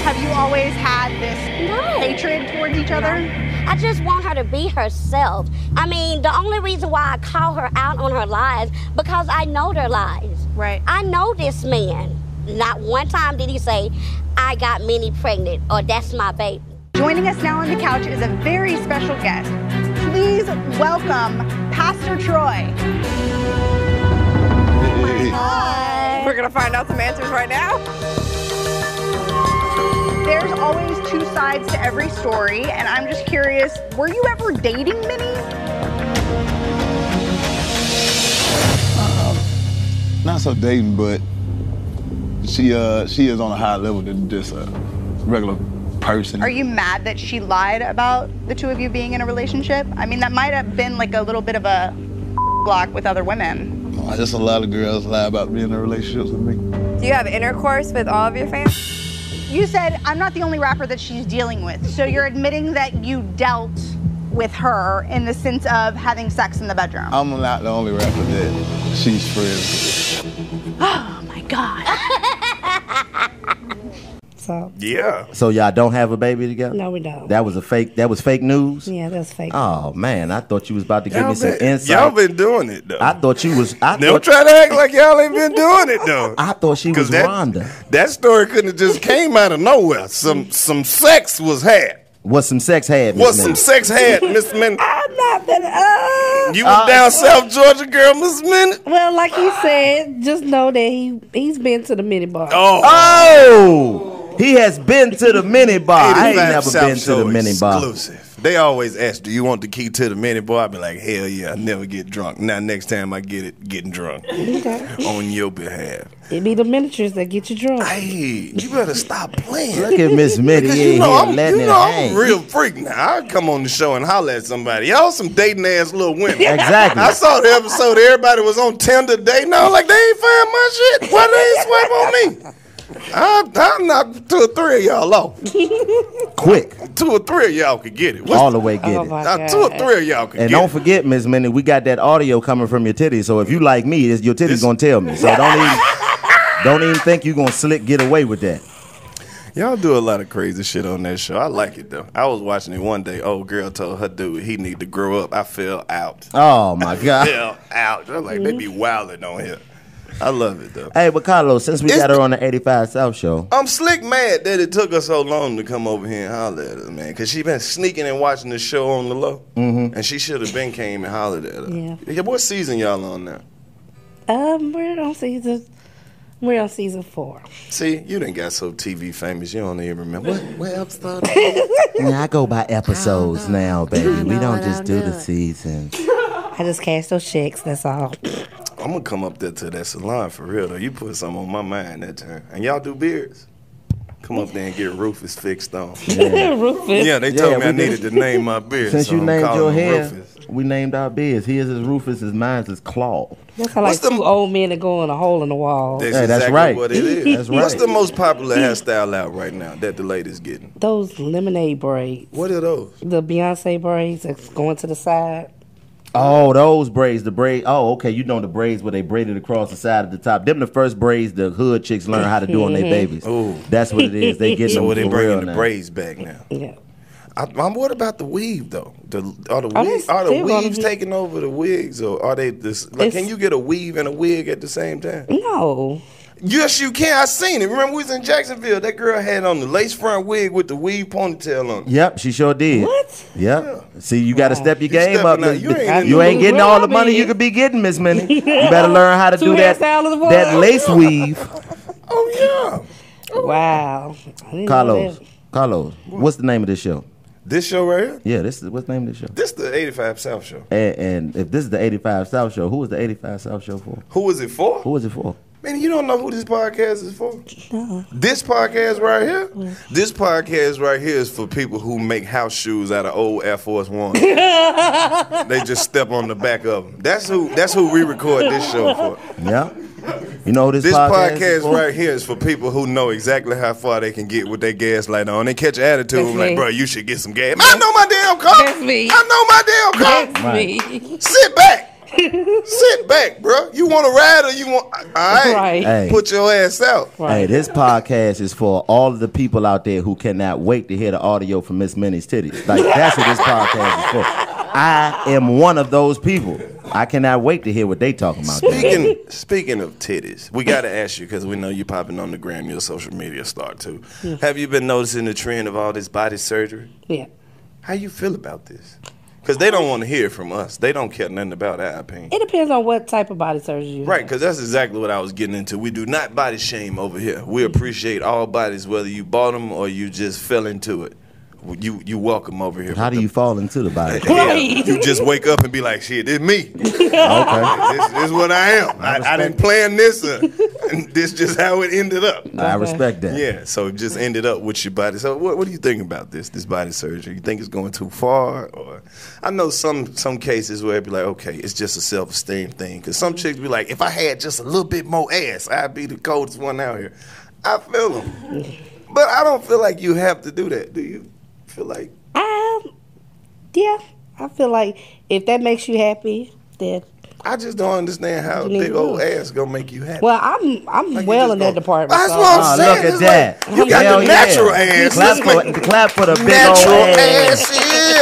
[SPEAKER 13] Have you always had this hatred towards each other?
[SPEAKER 15] I just want her to be herself. I mean, the only reason why I call her out on her lies because I know their lies. Right. I know this man. Not one time did he say, "I got Minnie pregnant" or "That's my baby."
[SPEAKER 13] Joining us now on the couch is a very special guest. Please welcome Pastor Troy.
[SPEAKER 9] We're gonna find out some answers right now.
[SPEAKER 13] There's always two sides to every story, and I'm just curious were you ever dating Minnie?
[SPEAKER 16] Not so dating, but she uh she is on a higher level than just a regular person.
[SPEAKER 13] Are you mad that she lied about the two of you being in a relationship? I mean, that might have been like a little bit of a block with other women.
[SPEAKER 16] Uh, Just a lot of girls lie about being in relationships with me.
[SPEAKER 9] Do you have intercourse with all of your fans?
[SPEAKER 13] You said, I'm not the only rapper that she's dealing with. So you're admitting that you dealt with her in the sense of having sex in the bedroom.
[SPEAKER 16] I'm not the only rapper that she's friends
[SPEAKER 13] Oh my God.
[SPEAKER 8] So,
[SPEAKER 5] Yeah.
[SPEAKER 7] So y'all don't have a baby together?
[SPEAKER 8] No, we don't.
[SPEAKER 7] That was a fake. That was fake news.
[SPEAKER 8] yeah, that's fake.
[SPEAKER 7] Oh man, I thought you was about to give
[SPEAKER 5] Y'all
[SPEAKER 7] me some
[SPEAKER 5] been-
[SPEAKER 7] insight.
[SPEAKER 5] y'all been doing it though.
[SPEAKER 7] I thought you was. I
[SPEAKER 5] Don't
[SPEAKER 7] thought,
[SPEAKER 5] try to act like y'all ain't been doing it though.
[SPEAKER 7] I thought she was
[SPEAKER 5] that-
[SPEAKER 7] Rhonda.
[SPEAKER 5] That story couldn't have just came out of nowhere. Some some sex was had.
[SPEAKER 7] What some sex had? Miss
[SPEAKER 5] What some
[SPEAKER 7] Minnie.
[SPEAKER 5] sex had, Miss Minute?
[SPEAKER 8] I'm not that. Uh,
[SPEAKER 5] You was down south Georgia girl, Miss Minute.
[SPEAKER 8] Well, like he said, just know that he he's been to the mini bar.
[SPEAKER 5] Oh.
[SPEAKER 7] Oh, he has been to the mini bar. I ain't
[SPEAKER 5] 85
[SPEAKER 7] never
[SPEAKER 5] South
[SPEAKER 7] been to the
[SPEAKER 5] Show
[SPEAKER 7] mini bar.
[SPEAKER 5] Exclusive. They always ask, "Do you want the key to the mini bar?" I be like, "Hell yeah, I never get drunk." Now next time I get it, getting drunk
[SPEAKER 8] Okay.
[SPEAKER 5] on your behalf.
[SPEAKER 8] It be the miniatures that get you drunk.
[SPEAKER 5] Hey, you better stop playing.
[SPEAKER 7] Look at Miss Minnie
[SPEAKER 5] Because
[SPEAKER 7] in
[SPEAKER 5] you know,
[SPEAKER 7] here
[SPEAKER 5] I'm,
[SPEAKER 7] letting
[SPEAKER 5] you
[SPEAKER 7] it
[SPEAKER 5] know I'm
[SPEAKER 7] hang.
[SPEAKER 5] a real freak now. I come on the show and holler at somebody. Y'all some dating ass little women.
[SPEAKER 7] Exactly.
[SPEAKER 5] I saw the episode everybody was on Tinder dating. I was like, they ain't find my shit. Why they ain't swipe on me? I, I knocked two or three of y'all off.
[SPEAKER 7] Quick,
[SPEAKER 5] Two or three of y'all could get it.
[SPEAKER 7] all the way get it.
[SPEAKER 5] Now,
[SPEAKER 6] Uh,
[SPEAKER 5] two or three of y'all could
[SPEAKER 7] Oh, And
[SPEAKER 5] get
[SPEAKER 7] don't forget, Miss Minnie, we got that audio coming from your titties. So if you like me, it's, your titties gonna tell me. So don't even don't even think you gonna slick get away with that.
[SPEAKER 5] it. Y'all do a lot of crazy shit on that show. I like it though. I was watching it one day. Old girl told her dude he need to grow up. I fell out.
[SPEAKER 7] Oh my god.
[SPEAKER 5] Fell out. I'm like, they be wilding on here. I love it though.
[SPEAKER 7] Hey, but Carlos, since we
[SPEAKER 5] It's
[SPEAKER 7] got her on the 85 South show,
[SPEAKER 5] I'm slick mad that it took her so long to come over here and holler at us, man. Cause she been sneaking and watching the show on the low,
[SPEAKER 7] Mhm.
[SPEAKER 5] and she should have been came and hollered at us.
[SPEAKER 8] Yeah.
[SPEAKER 5] what season y'all on now?
[SPEAKER 8] Um, we're on season. We're on season four.
[SPEAKER 5] See, you done got so TV famous, you don't even remember. What? What else?
[SPEAKER 7] now I go by episodes now, baby. We don't just do the seasons.
[SPEAKER 8] I just cash those checks. That's all.
[SPEAKER 5] I'm gonna come up there to that salon for real though. You put something on my mind that time, and y'all do beards. Come up there and get Rufus fixed on.
[SPEAKER 7] Yeah.
[SPEAKER 8] Rufus.
[SPEAKER 5] Yeah, they
[SPEAKER 7] Yeah,
[SPEAKER 5] told me
[SPEAKER 7] we
[SPEAKER 5] I
[SPEAKER 7] did.
[SPEAKER 5] needed to name my beard.
[SPEAKER 7] Since
[SPEAKER 5] so
[SPEAKER 7] you
[SPEAKER 5] I'm
[SPEAKER 7] named
[SPEAKER 5] calling
[SPEAKER 7] your
[SPEAKER 5] him
[SPEAKER 7] hair,
[SPEAKER 5] Rufus.
[SPEAKER 7] we named our beers. His is Rufus, his mine's is Claw.
[SPEAKER 8] That's how like two old men that go in a hole in the wall.
[SPEAKER 5] That's,
[SPEAKER 7] Hey, that's
[SPEAKER 5] exactly
[SPEAKER 7] right.
[SPEAKER 5] what it is.
[SPEAKER 7] That's
[SPEAKER 5] What's
[SPEAKER 7] right.
[SPEAKER 5] the most popular hairstyle out right now that the lady's getting?
[SPEAKER 8] Those lemonade braids.
[SPEAKER 5] What are those?
[SPEAKER 8] The Beyonce braids that's going to the side.
[SPEAKER 7] Oh, those braids, the braid. Oh, okay, you know the braids where they braided across the side of the top. Them the first braids the hood chicks learn how to do on their
[SPEAKER 5] Mhm.
[SPEAKER 7] babies.
[SPEAKER 5] Ooh.
[SPEAKER 7] that's what it is. They get
[SPEAKER 5] so
[SPEAKER 7] them
[SPEAKER 5] well, they
[SPEAKER 7] for real
[SPEAKER 5] bringing the
[SPEAKER 7] now.
[SPEAKER 5] braids back now.
[SPEAKER 8] Yeah.
[SPEAKER 5] I, I'm, what about the weave though? The, are the,
[SPEAKER 7] Are
[SPEAKER 5] wig,
[SPEAKER 7] they
[SPEAKER 5] are the
[SPEAKER 7] still gonna
[SPEAKER 5] weaves
[SPEAKER 7] be-
[SPEAKER 5] taking over the wigs, or are they? This, like, can
[SPEAKER 7] It's-
[SPEAKER 5] you get a weave and a wig at the same time?
[SPEAKER 8] No.
[SPEAKER 5] Yes, you can. I seen it. Remember, we was in Jacksonville. That girl had on the lace front wig with the weave ponytail on. it.
[SPEAKER 7] Yep, she sure did. What? Yep. See, you got to step your game up.
[SPEAKER 5] stepping out. You
[SPEAKER 7] You
[SPEAKER 5] ain't in the
[SPEAKER 7] ain't,
[SPEAKER 5] mood.
[SPEAKER 7] getting
[SPEAKER 5] Where
[SPEAKER 7] all
[SPEAKER 5] I
[SPEAKER 7] the money
[SPEAKER 5] be?
[SPEAKER 7] you could be getting, Miss Minnie. You better learn how to
[SPEAKER 8] Two
[SPEAKER 7] do that
[SPEAKER 8] hairstylists at once.
[SPEAKER 7] that lace weave. Oh,
[SPEAKER 8] Wow. I didn't know
[SPEAKER 7] Carlos,
[SPEAKER 8] that.
[SPEAKER 7] Carlos, what's the name of this show?
[SPEAKER 5] This show right here.
[SPEAKER 7] Yeah, this is what's the name of this show.
[SPEAKER 5] This the '85 South show.
[SPEAKER 7] And, and if this is the 85 South show, who is the 85 South show for?
[SPEAKER 5] Who is it for?
[SPEAKER 7] Who is it for?
[SPEAKER 5] Man, you don't know who this podcast is for. This podcast right here. This podcast right here is for people who make house shoes out of old Air Force One. they just step on the back of them. That's who. That's who we record this show for.
[SPEAKER 7] Yeah. You know who this,
[SPEAKER 5] This
[SPEAKER 7] podcast,
[SPEAKER 5] podcast
[SPEAKER 7] is for?
[SPEAKER 5] right here is for people who know exactly how far they can get with their gaslight on. They catch an attitude
[SPEAKER 7] That's
[SPEAKER 5] like,
[SPEAKER 7] me.
[SPEAKER 5] bro, you should get some gas. I know my damn car.
[SPEAKER 7] That's me.
[SPEAKER 5] I know my damn car.
[SPEAKER 7] That's Right.
[SPEAKER 5] Sit back. Sit back, bro. You want to ride or you want? All right.
[SPEAKER 7] Hey.
[SPEAKER 5] Put your ass out.
[SPEAKER 7] Hey, this podcast is for all of the people out there who cannot wait to hear the audio from Miss Minnie's titties. Like that's what this podcast is for. I am one of those people. I cannot wait to hear what they talking about.
[SPEAKER 5] Speaking speaking of titties, we gotta ask you because we know you popping on the gram. You're a social media star too.
[SPEAKER 8] Yeah.
[SPEAKER 5] Have you been noticing the trend of all this body surgery?
[SPEAKER 8] Yeah.
[SPEAKER 5] How you feel about this? Because they don't want to hear from us. They don't care nothing about our opinion.
[SPEAKER 8] It depends on what type of body surgery you
[SPEAKER 5] Right, because that's exactly what I was getting into. We do not body shame over here. We appreciate all bodies, whether you bought them or you just fell into it. You you welcome over here.
[SPEAKER 7] How do you fall into the body?
[SPEAKER 5] Yeah, you just wake up and be like, shit, it's me.
[SPEAKER 7] Okay.
[SPEAKER 5] This, this is what I am. I, I didn't plan this. uh, and this just how it ended up.
[SPEAKER 7] I respect that.
[SPEAKER 5] Yeah, so it just ended up with your body. So what, what do you think about this, this body surgery? You think it's going too far? Or I know some some cases where it'd be like, okay, it's just a self-esteem thing. Because some chicks be like, if I had just a little bit more ass, I'd be the coldest one out here. I feel them. But I don't feel like you have to do that. Do you feel like
[SPEAKER 8] Um, Yeah. I feel like if that makes you happy, then
[SPEAKER 5] I just don't understand how a
[SPEAKER 8] You need
[SPEAKER 5] big old
[SPEAKER 8] to.
[SPEAKER 5] ass gonna make you happy.
[SPEAKER 8] well, I'm I'm well in that department.
[SPEAKER 5] That's
[SPEAKER 8] so-
[SPEAKER 5] what I'm saying.
[SPEAKER 7] Look at that.
[SPEAKER 5] you got
[SPEAKER 7] Hell
[SPEAKER 5] the
[SPEAKER 7] yeah.
[SPEAKER 5] natural ass.
[SPEAKER 7] Clap
[SPEAKER 5] This
[SPEAKER 7] for, clap for the big
[SPEAKER 5] Natural
[SPEAKER 7] old
[SPEAKER 5] ass.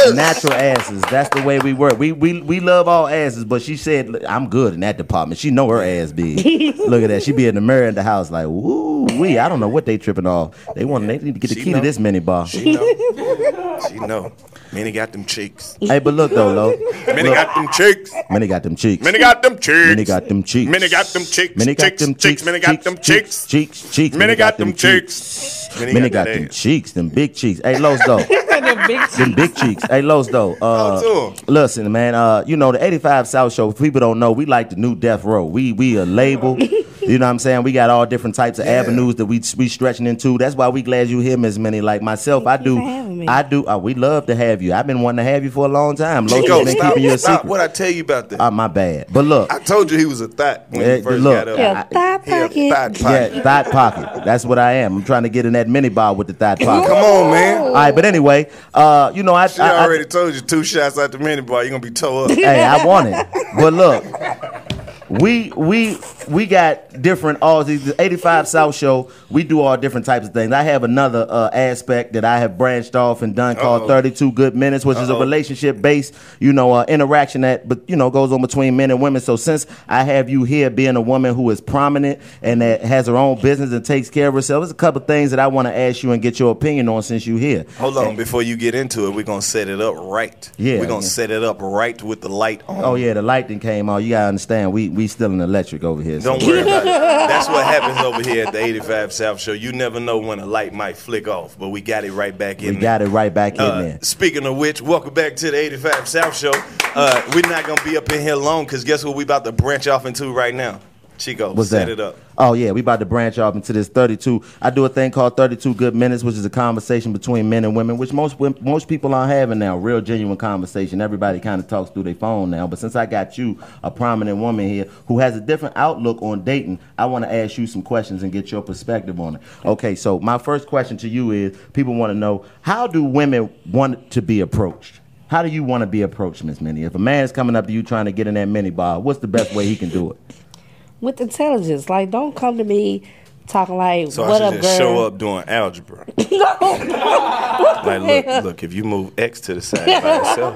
[SPEAKER 5] is.
[SPEAKER 7] Natural asses. That's the way we work. We, we we love all asses, but she said, "Look, I'm good in that department. She know her ass big. Look at that. She be in the mirror in the house like, woo wee. I don't know what they tripping off. They want they need to get the
[SPEAKER 5] She
[SPEAKER 7] key
[SPEAKER 5] know.
[SPEAKER 7] to this mini bar.
[SPEAKER 5] She know. She know. Minnie got them cheeks.
[SPEAKER 7] Hey, but look though, Lo.
[SPEAKER 5] Minnie got them cheeks.
[SPEAKER 7] Minnie got them cheeks.
[SPEAKER 5] Minnie got them cheeks.
[SPEAKER 7] Minnie got them cheeks.
[SPEAKER 5] Minnie got them cheeks.
[SPEAKER 7] Minnie got
[SPEAKER 5] Cheeks,
[SPEAKER 7] them
[SPEAKER 5] cheeks.
[SPEAKER 7] cheeks.
[SPEAKER 5] Minnie got them cheeks.
[SPEAKER 7] Cheeks. Cheeks.
[SPEAKER 5] Minnie got them cheeks. Minnie
[SPEAKER 7] Minnie
[SPEAKER 5] got
[SPEAKER 7] got
[SPEAKER 5] that
[SPEAKER 7] them cheeks. Them big cheeks. Hey, Lo's though.
[SPEAKER 8] The big
[SPEAKER 7] Them big cheeks. Hey, Los though.
[SPEAKER 5] Talk
[SPEAKER 7] Uh, listen, man. Uh, you know the '85 South Show. If people don't know, we like the new death row. We we a label. you know what I'm saying? We got all different types of avenues that we we stretching into. That's why we glad you here, Miss Minnie. Like myself, I do.
[SPEAKER 8] for having me.
[SPEAKER 7] I do. Uh, we love to have you. I've been wanting to have you for a long time. Los
[SPEAKER 5] Chico,
[SPEAKER 7] has been
[SPEAKER 5] stop,
[SPEAKER 7] keeping you a
[SPEAKER 5] stop.
[SPEAKER 7] secret.
[SPEAKER 5] What I tell you about that?
[SPEAKER 7] Uh, my bad. But look,
[SPEAKER 5] I told you he was a thought when
[SPEAKER 7] Yeah,
[SPEAKER 5] he first
[SPEAKER 7] look,
[SPEAKER 5] got up.
[SPEAKER 7] Yeah,
[SPEAKER 8] thought
[SPEAKER 5] He a
[SPEAKER 8] pocket.
[SPEAKER 5] thought pocket.
[SPEAKER 7] yeah, thought pocket. That's what I am. I'm trying to get in that mini bar with the thought pocket.
[SPEAKER 5] Come on, man.
[SPEAKER 7] All right, but anyway, uh, you know I,
[SPEAKER 5] She
[SPEAKER 7] I- I-
[SPEAKER 5] already told you two shots out the minute, boy. You're gonna be toe up.
[SPEAKER 7] hey, I want it. But look, we we we got different all these 85 South show. We do all different types of things. I have another uh, aspect that I have branched off and done called
[SPEAKER 17] Uh-oh.
[SPEAKER 7] 32 Good Minutes, which is a
[SPEAKER 17] Uh-oh.
[SPEAKER 7] relationship based, you know, uh, interaction that but you know goes on between men and women. So since I have you here being a woman who is prominent and that has her own business and takes care of herself, there's a couple things that I want to ask you and get your opinion on since you're here.
[SPEAKER 5] Hold on, before you get into it, we're gonna set it up right.
[SPEAKER 7] Yeah,
[SPEAKER 5] we're gonna
[SPEAKER 7] yeah.
[SPEAKER 5] set it up right with the light on.
[SPEAKER 7] Oh yeah, the lightning came on. You gotta understand, we we still in electric over here. so-
[SPEAKER 5] Don't worry about it. That's what happens over here at the 85 South Show. You never know when a light might flick off, but we got it right back in
[SPEAKER 7] We
[SPEAKER 5] there.
[SPEAKER 7] got it right back
[SPEAKER 5] Uh,
[SPEAKER 7] in there.
[SPEAKER 5] Speaking of which, welcome back to the 85 South Show. Uh, we're not gonna be up in here long because guess what we about to branch off into right now? Chico,
[SPEAKER 7] What's
[SPEAKER 5] set
[SPEAKER 7] that?
[SPEAKER 5] it up.
[SPEAKER 7] Oh yeah, we about to branch off into this 32. I do a thing called 32 Good Minutes, which is a conversation between men and women, which most wom- most people aren't having now. Real genuine conversation. Everybody kind of talks through their phone now. But since I got you, a prominent woman here who has a different outlook on dating, I want to ask you some questions and get your perspective on it. Okay, so my first question to you is: People want to know how do women want to be approached? How do you want to be approached, Miss Minnie? If a man's coming up to you trying to get in that mini bar, what's the best way he can do it?
[SPEAKER 8] with intelligence. Like, don't come to me talking like,
[SPEAKER 5] So
[SPEAKER 8] "What
[SPEAKER 5] I
[SPEAKER 8] up,
[SPEAKER 5] should
[SPEAKER 8] girl?"
[SPEAKER 5] just show up doing algebra. Like,
[SPEAKER 8] Yeah.
[SPEAKER 5] look, look, if you move X to the side by itself,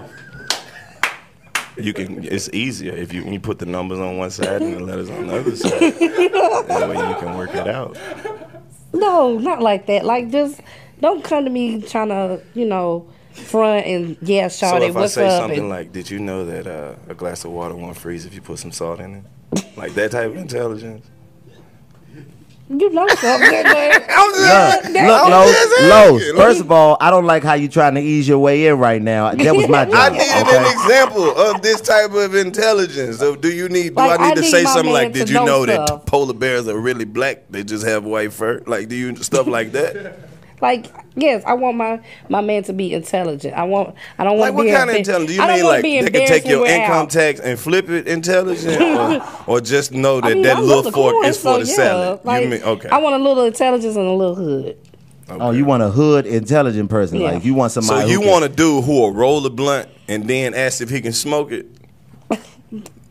[SPEAKER 5] you can. It's easier if you, you put the numbers on one side and the letters on the other side. That way you can work it out.
[SPEAKER 8] No, not like that. Like, just don't come to me trying to, you know, front and yeah,
[SPEAKER 5] So
[SPEAKER 8] shawty,
[SPEAKER 5] if I
[SPEAKER 8] what's
[SPEAKER 5] say
[SPEAKER 8] up?
[SPEAKER 5] something
[SPEAKER 8] and-
[SPEAKER 5] like, "Did you know that uh, a glass of water won't freeze if you put some salt in it?" like that type of intelligence.
[SPEAKER 8] you know something, man.
[SPEAKER 7] Look, look, Lowe's, Lowe's, First of all, I don't like how you trying to ease your way in right now. That was my job.
[SPEAKER 5] I needed
[SPEAKER 7] okay?
[SPEAKER 5] an example of this type of intelligence. Of do you need? Do
[SPEAKER 7] Like,
[SPEAKER 5] I need
[SPEAKER 7] I
[SPEAKER 5] to
[SPEAKER 7] need
[SPEAKER 5] say
[SPEAKER 7] my
[SPEAKER 5] something
[SPEAKER 7] man
[SPEAKER 5] like,
[SPEAKER 7] to
[SPEAKER 5] "Did you
[SPEAKER 7] know
[SPEAKER 5] know
[SPEAKER 7] stuff."
[SPEAKER 5] that polar bears are really black? They just have white fur." Like, do you stuff like that?
[SPEAKER 8] Like, yes, I want my my man to be intelligent. I want. I don't want
[SPEAKER 5] like,
[SPEAKER 8] to
[SPEAKER 5] what
[SPEAKER 8] be.
[SPEAKER 5] kind of
[SPEAKER 8] embar-
[SPEAKER 5] intelligence? Do
[SPEAKER 8] I
[SPEAKER 5] you
[SPEAKER 8] don't
[SPEAKER 5] mean
[SPEAKER 8] wanna
[SPEAKER 5] like
[SPEAKER 8] be
[SPEAKER 5] they could take
[SPEAKER 8] embarrassed when
[SPEAKER 5] your
[SPEAKER 8] we're
[SPEAKER 5] income
[SPEAKER 8] out.
[SPEAKER 5] tax and flip it intelligent, or, or just know that
[SPEAKER 8] I mean, I
[SPEAKER 5] that
[SPEAKER 8] love
[SPEAKER 5] little
[SPEAKER 8] the
[SPEAKER 5] fork
[SPEAKER 8] corn,
[SPEAKER 5] is for
[SPEAKER 8] so
[SPEAKER 5] the
[SPEAKER 8] yeah,
[SPEAKER 5] salad?
[SPEAKER 8] like,
[SPEAKER 5] you mean okay?
[SPEAKER 8] I want a little intelligence and a little hood.
[SPEAKER 7] Oh, you want a hood intelligent person?
[SPEAKER 8] Yeah.
[SPEAKER 7] Like you want somebody?
[SPEAKER 5] so
[SPEAKER 7] who
[SPEAKER 5] you
[SPEAKER 7] can-
[SPEAKER 5] want a dude who will roll a blunt and then ask if he can smoke it?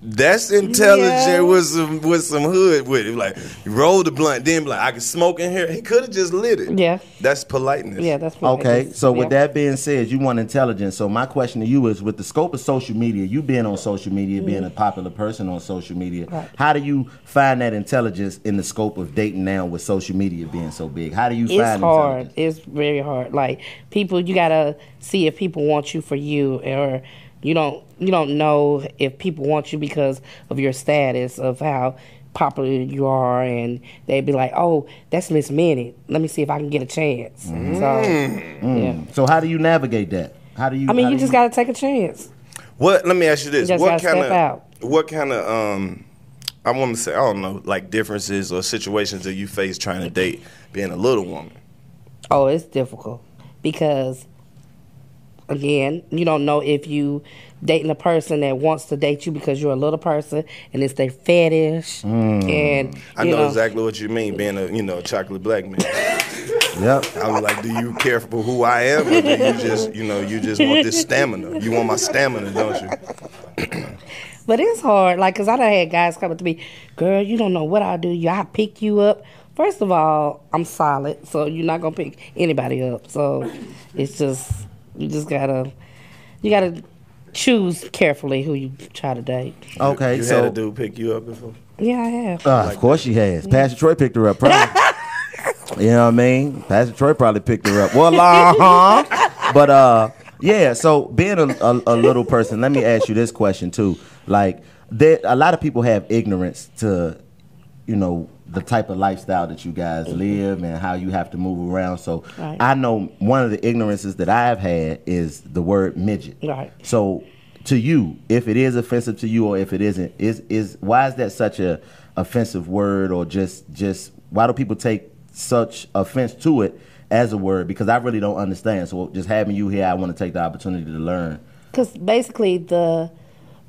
[SPEAKER 5] That's intelligent
[SPEAKER 7] Yeah.
[SPEAKER 5] with some with some hood with it. Like you roll the blunt, then be like I can smoke in here. He could have just lit it.
[SPEAKER 8] Yeah,
[SPEAKER 5] that's politeness.
[SPEAKER 8] Yeah, that's
[SPEAKER 7] Okay, so with that being said, you want intelligence. So my question to you is, with the scope of social media, you being on social media, being a popular person on social media,
[SPEAKER 8] Mm. Right.
[SPEAKER 7] how do you find that intelligence in the scope of dating now with social media being so big? How do you
[SPEAKER 8] it's
[SPEAKER 7] find intelligence?
[SPEAKER 8] hard. It's very hard. Like people, you gotta see if people want you for you, or you don't. You don't know if people want you because of your status, of how popular you are, and they'd be like, "Oh, that's Miss Minnie. Let me see if I can get a chance." So,
[SPEAKER 7] Mm. So how do you navigate that? How do you?
[SPEAKER 8] I mean,
[SPEAKER 7] how
[SPEAKER 8] you
[SPEAKER 7] do
[SPEAKER 8] just gotta take a chance.
[SPEAKER 5] What? Let me ask you this.
[SPEAKER 8] You just
[SPEAKER 5] what
[SPEAKER 8] gotta step
[SPEAKER 5] kind of
[SPEAKER 8] out.
[SPEAKER 5] what kind of um I want to say I don't know like differences or situations that you face trying to date being a little woman.
[SPEAKER 8] Oh, it's difficult because again, you don't know if you dating a person that wants to date you because you're a little person and it's their fetish. And
[SPEAKER 5] Mm. I
[SPEAKER 8] you
[SPEAKER 5] know,
[SPEAKER 8] know,
[SPEAKER 5] exactly what you mean being a you know chocolate black man.
[SPEAKER 7] Yep.
[SPEAKER 5] I was like, do you care for who I am, or do you just you know you just want this stamina? You want my stamina, don't you?
[SPEAKER 8] But it's hard, like, cause I done had guys come up to me, girl, you don't know what I'll do. You, I pick you up. First of all, I'm solid, so you're not gonna pick anybody up. So it's just you just gotta you gotta choose carefully who you try to date.
[SPEAKER 7] you- okay,
[SPEAKER 5] you
[SPEAKER 7] so
[SPEAKER 5] had a dude pick you up before.
[SPEAKER 8] Yeah, I have.
[SPEAKER 7] Uh, of course she has. Pastor Troy picked her up, probably. you know what I mean? Pastor Troy probably picked her up. Well, uh huh. But uh, yeah. So being a, a, a little person, let me ask you this question too. Like, there a lot of people have ignorance to, you know, the type of lifestyle that you guys
[SPEAKER 5] Mm-hmm.
[SPEAKER 7] live and how you have to move around. So
[SPEAKER 8] Right.
[SPEAKER 7] I know one of the ignorances that I've had is the word midget.
[SPEAKER 8] Right.
[SPEAKER 7] So, to you, if it is offensive to you or if it isn't, is is why is that such a offensive word or just just why do people take such offense to it as a word? Because I really don't understand. So, just having you here, I want to take the opportunity to learn.
[SPEAKER 8] Because basically the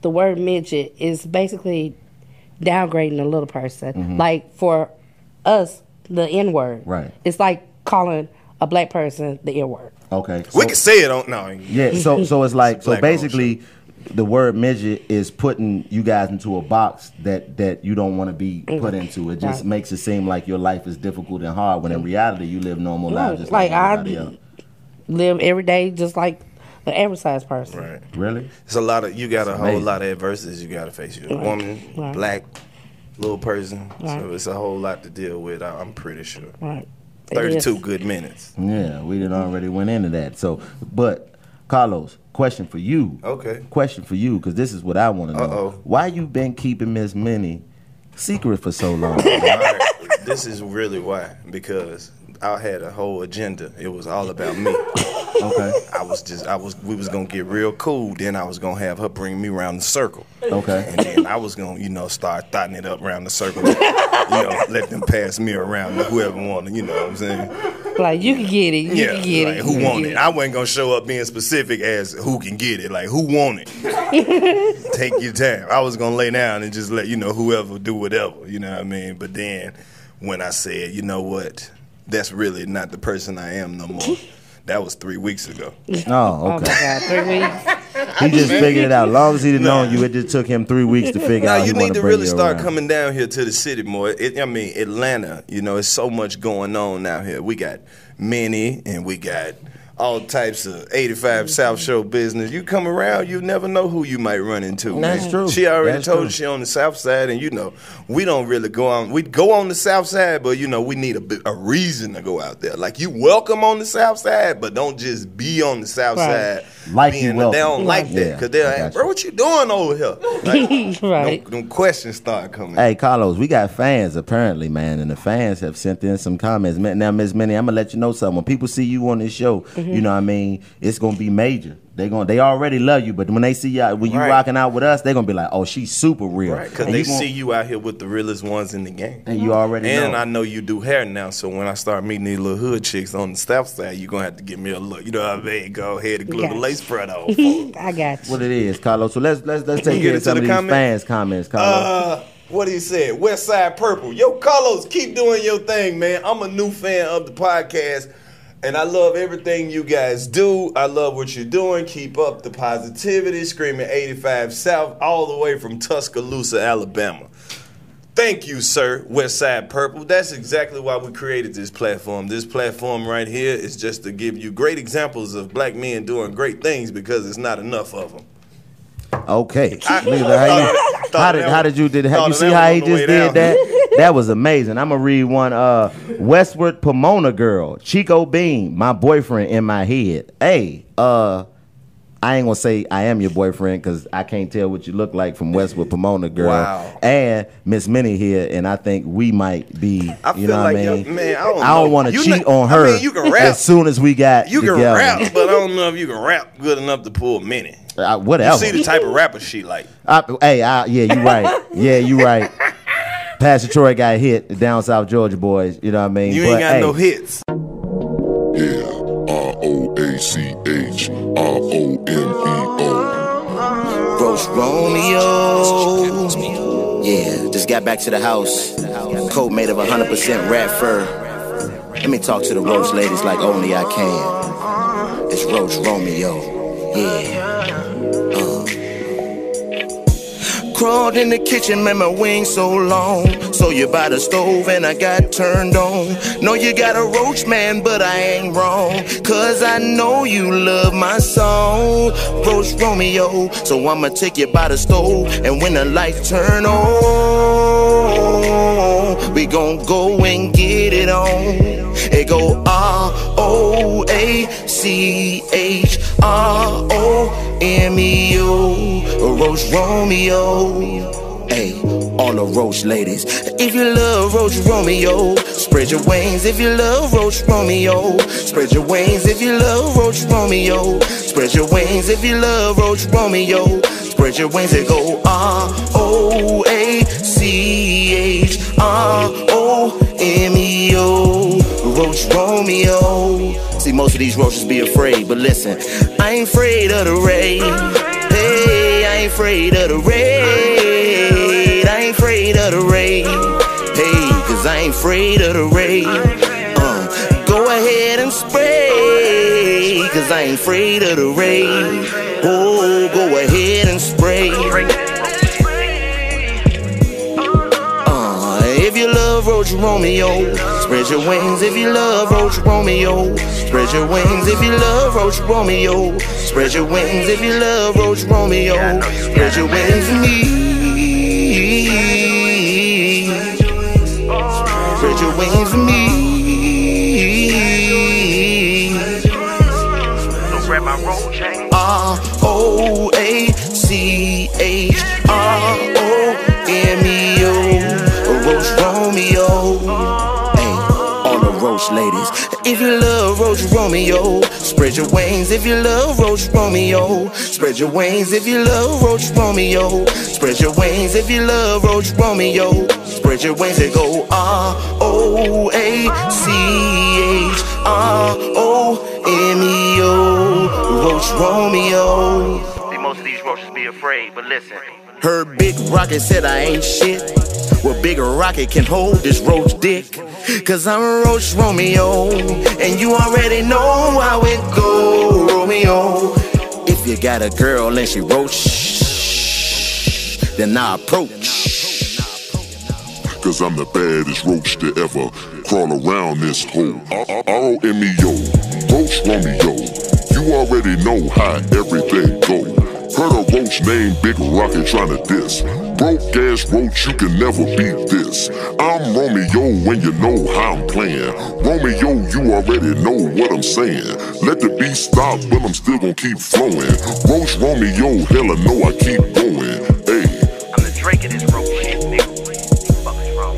[SPEAKER 8] the word midget is basically downgrading a little person.
[SPEAKER 5] Mm-hmm.
[SPEAKER 7] Mhm.
[SPEAKER 8] Like for us, the N word.
[SPEAKER 7] Right.
[SPEAKER 8] It's like calling a black person the N word.
[SPEAKER 7] Okay.
[SPEAKER 5] we can say it on no.
[SPEAKER 7] Yeah. So so it's like so
[SPEAKER 5] Black owned
[SPEAKER 7] basically. The word midget is putting you guys into a box that that you don't want to be put into. It just
[SPEAKER 8] Right.
[SPEAKER 7] makes it seem like your life is difficult and hard when in reality you live normal
[SPEAKER 8] No,
[SPEAKER 7] lives just like,
[SPEAKER 8] like, I
[SPEAKER 7] everybody else.
[SPEAKER 8] Live every day just like an average size person. Right.
[SPEAKER 7] Really?
[SPEAKER 5] It's a lot of you got a whole
[SPEAKER 7] amazing.
[SPEAKER 5] lot of adversities you got to face. You're a
[SPEAKER 8] Right.
[SPEAKER 5] woman,
[SPEAKER 8] Right.
[SPEAKER 5] black, little person,
[SPEAKER 8] Right.
[SPEAKER 5] so it's a whole lot to deal with. I- I'm pretty sure.
[SPEAKER 8] Right. It is.
[SPEAKER 5] Thirty-two good minutes.
[SPEAKER 7] Yeah, we did already went into that. So, but Carlos, question for you.
[SPEAKER 5] Okay.
[SPEAKER 7] Question for you, because this is what I want to know.
[SPEAKER 5] Uh-oh.
[SPEAKER 7] Why you been keeping Miss Minnie secret for so long?
[SPEAKER 5] This is really why because I had a whole agenda. It was all about me. Okay. I was just I was we was gonna get real cool. Then I was gonna have her bring me around the circle.
[SPEAKER 6] Okay.
[SPEAKER 5] And then I was gonna you know start thotting it up around the circle. you know, let them pass me around to whoever wanted. You know what I'm saying?
[SPEAKER 8] Like you can get it, you
[SPEAKER 5] yeah.
[SPEAKER 8] can get
[SPEAKER 5] like,
[SPEAKER 8] it.
[SPEAKER 5] Who
[SPEAKER 8] you can
[SPEAKER 5] want
[SPEAKER 8] get
[SPEAKER 5] it? I wasn't gonna show up being specific as who can get it. Like who want it? take your time. I was gonna lay down and just let you know whoever do whatever. You know what I mean? But then when I said, you know what, that's really not the person I am no more. That was three weeks ago.
[SPEAKER 6] Oh, okay.
[SPEAKER 8] God, three weeks.
[SPEAKER 6] He just figured it out. Long as he didn't know you, it just took him three weeks to figure
[SPEAKER 5] Now
[SPEAKER 6] out.
[SPEAKER 5] you
[SPEAKER 6] he wanna
[SPEAKER 5] need to
[SPEAKER 6] bring uh,
[SPEAKER 5] really
[SPEAKER 6] you
[SPEAKER 5] start
[SPEAKER 6] around.
[SPEAKER 5] coming down here to the city more. It, I mean, Atlanta. You know, it's so much going on out here. We got many, and we got all types of
[SPEAKER 6] Mm-hmm.
[SPEAKER 5] 85 South Show business. You come around, you never know who you might run into.
[SPEAKER 6] That's
[SPEAKER 5] man.
[SPEAKER 6] true.
[SPEAKER 5] She already
[SPEAKER 6] That's
[SPEAKER 5] told
[SPEAKER 6] true.
[SPEAKER 5] you she on the South Side, and you know, we don't really go on. We go on the South Side, but you know, we need a, bi- a reason to go out there. Like you welcome on the South Side, but don't just be on the South
[SPEAKER 6] Right.
[SPEAKER 5] Side.
[SPEAKER 6] Like
[SPEAKER 5] being-
[SPEAKER 6] you
[SPEAKER 5] they don't
[SPEAKER 6] welcome.
[SPEAKER 5] like that
[SPEAKER 6] Yeah,
[SPEAKER 5] because they're like, bro, what you doing over here? Like,
[SPEAKER 8] right.
[SPEAKER 5] Them, them questions start coming.
[SPEAKER 6] Hey Carlos, we got fans apparently, man, and the fans have sent in some comments. Man, Now, Miss Minnie, I'm gonna let you know something. When people see you on this show,
[SPEAKER 5] Mm-hmm.
[SPEAKER 8] Mhm.
[SPEAKER 6] you know what I mean, it's gonna be major. They gonna they already love you, but when they see you when you
[SPEAKER 5] Right.
[SPEAKER 6] rocking out with us, they're gonna be like, oh, she's super real.
[SPEAKER 5] Right, because
[SPEAKER 6] And
[SPEAKER 5] they
[SPEAKER 6] you gon-
[SPEAKER 5] see you out here with the realest ones in the game.
[SPEAKER 6] And you already
[SPEAKER 5] And
[SPEAKER 6] know.
[SPEAKER 5] I know you do hair now, so when I start meeting these little hood chicks on the south side, you're going to have to give me a look. You know what I mean? Go ahead and glue
[SPEAKER 8] Gotcha.
[SPEAKER 5] the lace front on.
[SPEAKER 8] I got you.
[SPEAKER 6] what it is, Carlos. So let's let's let's take
[SPEAKER 5] Get
[SPEAKER 6] care
[SPEAKER 5] it
[SPEAKER 6] of
[SPEAKER 5] to
[SPEAKER 6] some
[SPEAKER 5] the
[SPEAKER 6] of these
[SPEAKER 5] comments.
[SPEAKER 6] fans comments, Carlos.
[SPEAKER 5] Uh, what he said, West Side Purple. Yo, Carlos, keep doing your thing, man. I'm a new fan of the podcast, and I love everything you guys do. I love what you're doing. Keep up the positivity. Screaming 85 South, all the way from Tuscaloosa, Alabama. Thank you, sir, West Side Purple. That's exactly why we created this platform. This platform right here is just to give you great examples of black men doing great things because it's not enough of them.
[SPEAKER 6] Okay.
[SPEAKER 5] I-
[SPEAKER 6] Look at the- how, you-
[SPEAKER 5] Thought of
[SPEAKER 6] how did
[SPEAKER 5] that
[SPEAKER 6] how
[SPEAKER 5] one.
[SPEAKER 6] did you did
[SPEAKER 5] Thought
[SPEAKER 6] how, you
[SPEAKER 5] of
[SPEAKER 6] see
[SPEAKER 5] that
[SPEAKER 6] how
[SPEAKER 5] one
[SPEAKER 6] he
[SPEAKER 5] on the
[SPEAKER 6] just
[SPEAKER 5] way
[SPEAKER 6] did
[SPEAKER 5] down.
[SPEAKER 6] that? That was amazing. I'm gonna read one. Uh, Westward Pomona girl, Chico Bean, my boyfriend in my head. Hey, uh, I ain't gonna say I am your boyfriend because I can't tell what you look like from Westward Pomona girl.
[SPEAKER 5] Wow.
[SPEAKER 6] And Miss Minnie here, and I think we might be.
[SPEAKER 5] I
[SPEAKER 6] you
[SPEAKER 5] feel
[SPEAKER 6] know
[SPEAKER 5] like,
[SPEAKER 6] what I
[SPEAKER 5] yo,
[SPEAKER 6] mean?
[SPEAKER 5] man, I don't know.
[SPEAKER 6] want to
[SPEAKER 5] You
[SPEAKER 6] cheat
[SPEAKER 5] know-
[SPEAKER 6] on
[SPEAKER 5] I
[SPEAKER 6] her.
[SPEAKER 5] mean, you can rap.
[SPEAKER 6] as soon as we got
[SPEAKER 5] You can
[SPEAKER 6] together.
[SPEAKER 5] rap, but I don't know if you can rap good enough to pull a minute.
[SPEAKER 6] Uh, whatever.
[SPEAKER 5] You see the type of rapper she like.
[SPEAKER 6] I, hey, I, yeah, you right. Yeah, you right. Pastor Troy got hit the down south Georgia boys. You know what I mean?
[SPEAKER 5] You ain't got
[SPEAKER 6] hey,
[SPEAKER 5] no hits.
[SPEAKER 18] R O A C H R O N E O. Roast
[SPEAKER 7] Romeo. Yeah, just got back to the house. Coat made of 100% rat fur. Let me talk to the Roach ladies like only I can. It's Roach Romeo. Yeah. Uh. Crawled in the kitchen, made my wings so long. So you by the stove and I got turned on. Know you got a roach man, but I ain't wrong. Cause I know you love my song, Roach Romeo. So I'ma take you by the stove and when the lights turn on, we gon' go and get it on. It go R O A C E. H R O M E O, Roach Romeo. Hey, all the Roach ladies. If you love Roach Romeo, spread your wings. If you love Roach Romeo, spread your wings. If you love Roach Romeo, spread your wings. If you love Roach Romeo, spread your wings and go R O A C H R O M E O, Roach Romeo. See, most of these roaches be afraid, but listen, I ain't afraid of the rain. Hey, I ain't afraid of the rain. I ain't afraid of the rain. Hey, cause I ain't afraid of the rain. Uh, go ahead and spray, cause I ain't afraid of the rain. Oh, go ahead and spray. Uh, if you love Roach Romeo, spread your wings. If you love Roach Romeo, spread your wings. If you love Roach Romeo, spread your wings. If you love Roach Romeo, spread your wings. for Me. Spread your wings for me. R O A C H R O M E O, Roach Romeo. Hey, all the Roach
[SPEAKER 19] Roach ladies. If you love Roach Romeo, spread your wings. If you love Roach Romeo, spread your wings. If you love Roach Romeo, spread your wings. If you love Roach Romeo, spread your wings. They go R O A C H R O M E O, Roach Romeo.
[SPEAKER 20] See, most of these roaches be afraid, but listen.
[SPEAKER 19] Heard Big Rocket said I ain't shit. Well, Big Rocket can hold this roach dick. Cause I'm Roach Romeo, and you already know how it go, Romeo. If you got a girl and she roach, then I approach.
[SPEAKER 17] Cause I'm the baddest roach to ever crawl around this hole. R-O-M-E-O, Roach E Romeo. You already know how everything go. Heard a roach named Big Rocket tryna diss. Broke ass roach, you can never beat this. I'm Romeo when you know how I'm playing. Romeo, you already know what I'm saying. Let the beat stop, but I'm still gonna keep flowing. Roach Romeo, hella know I keep going. Hey.
[SPEAKER 20] I'm the Drake of this roach shit, nigga. Fuck is wrong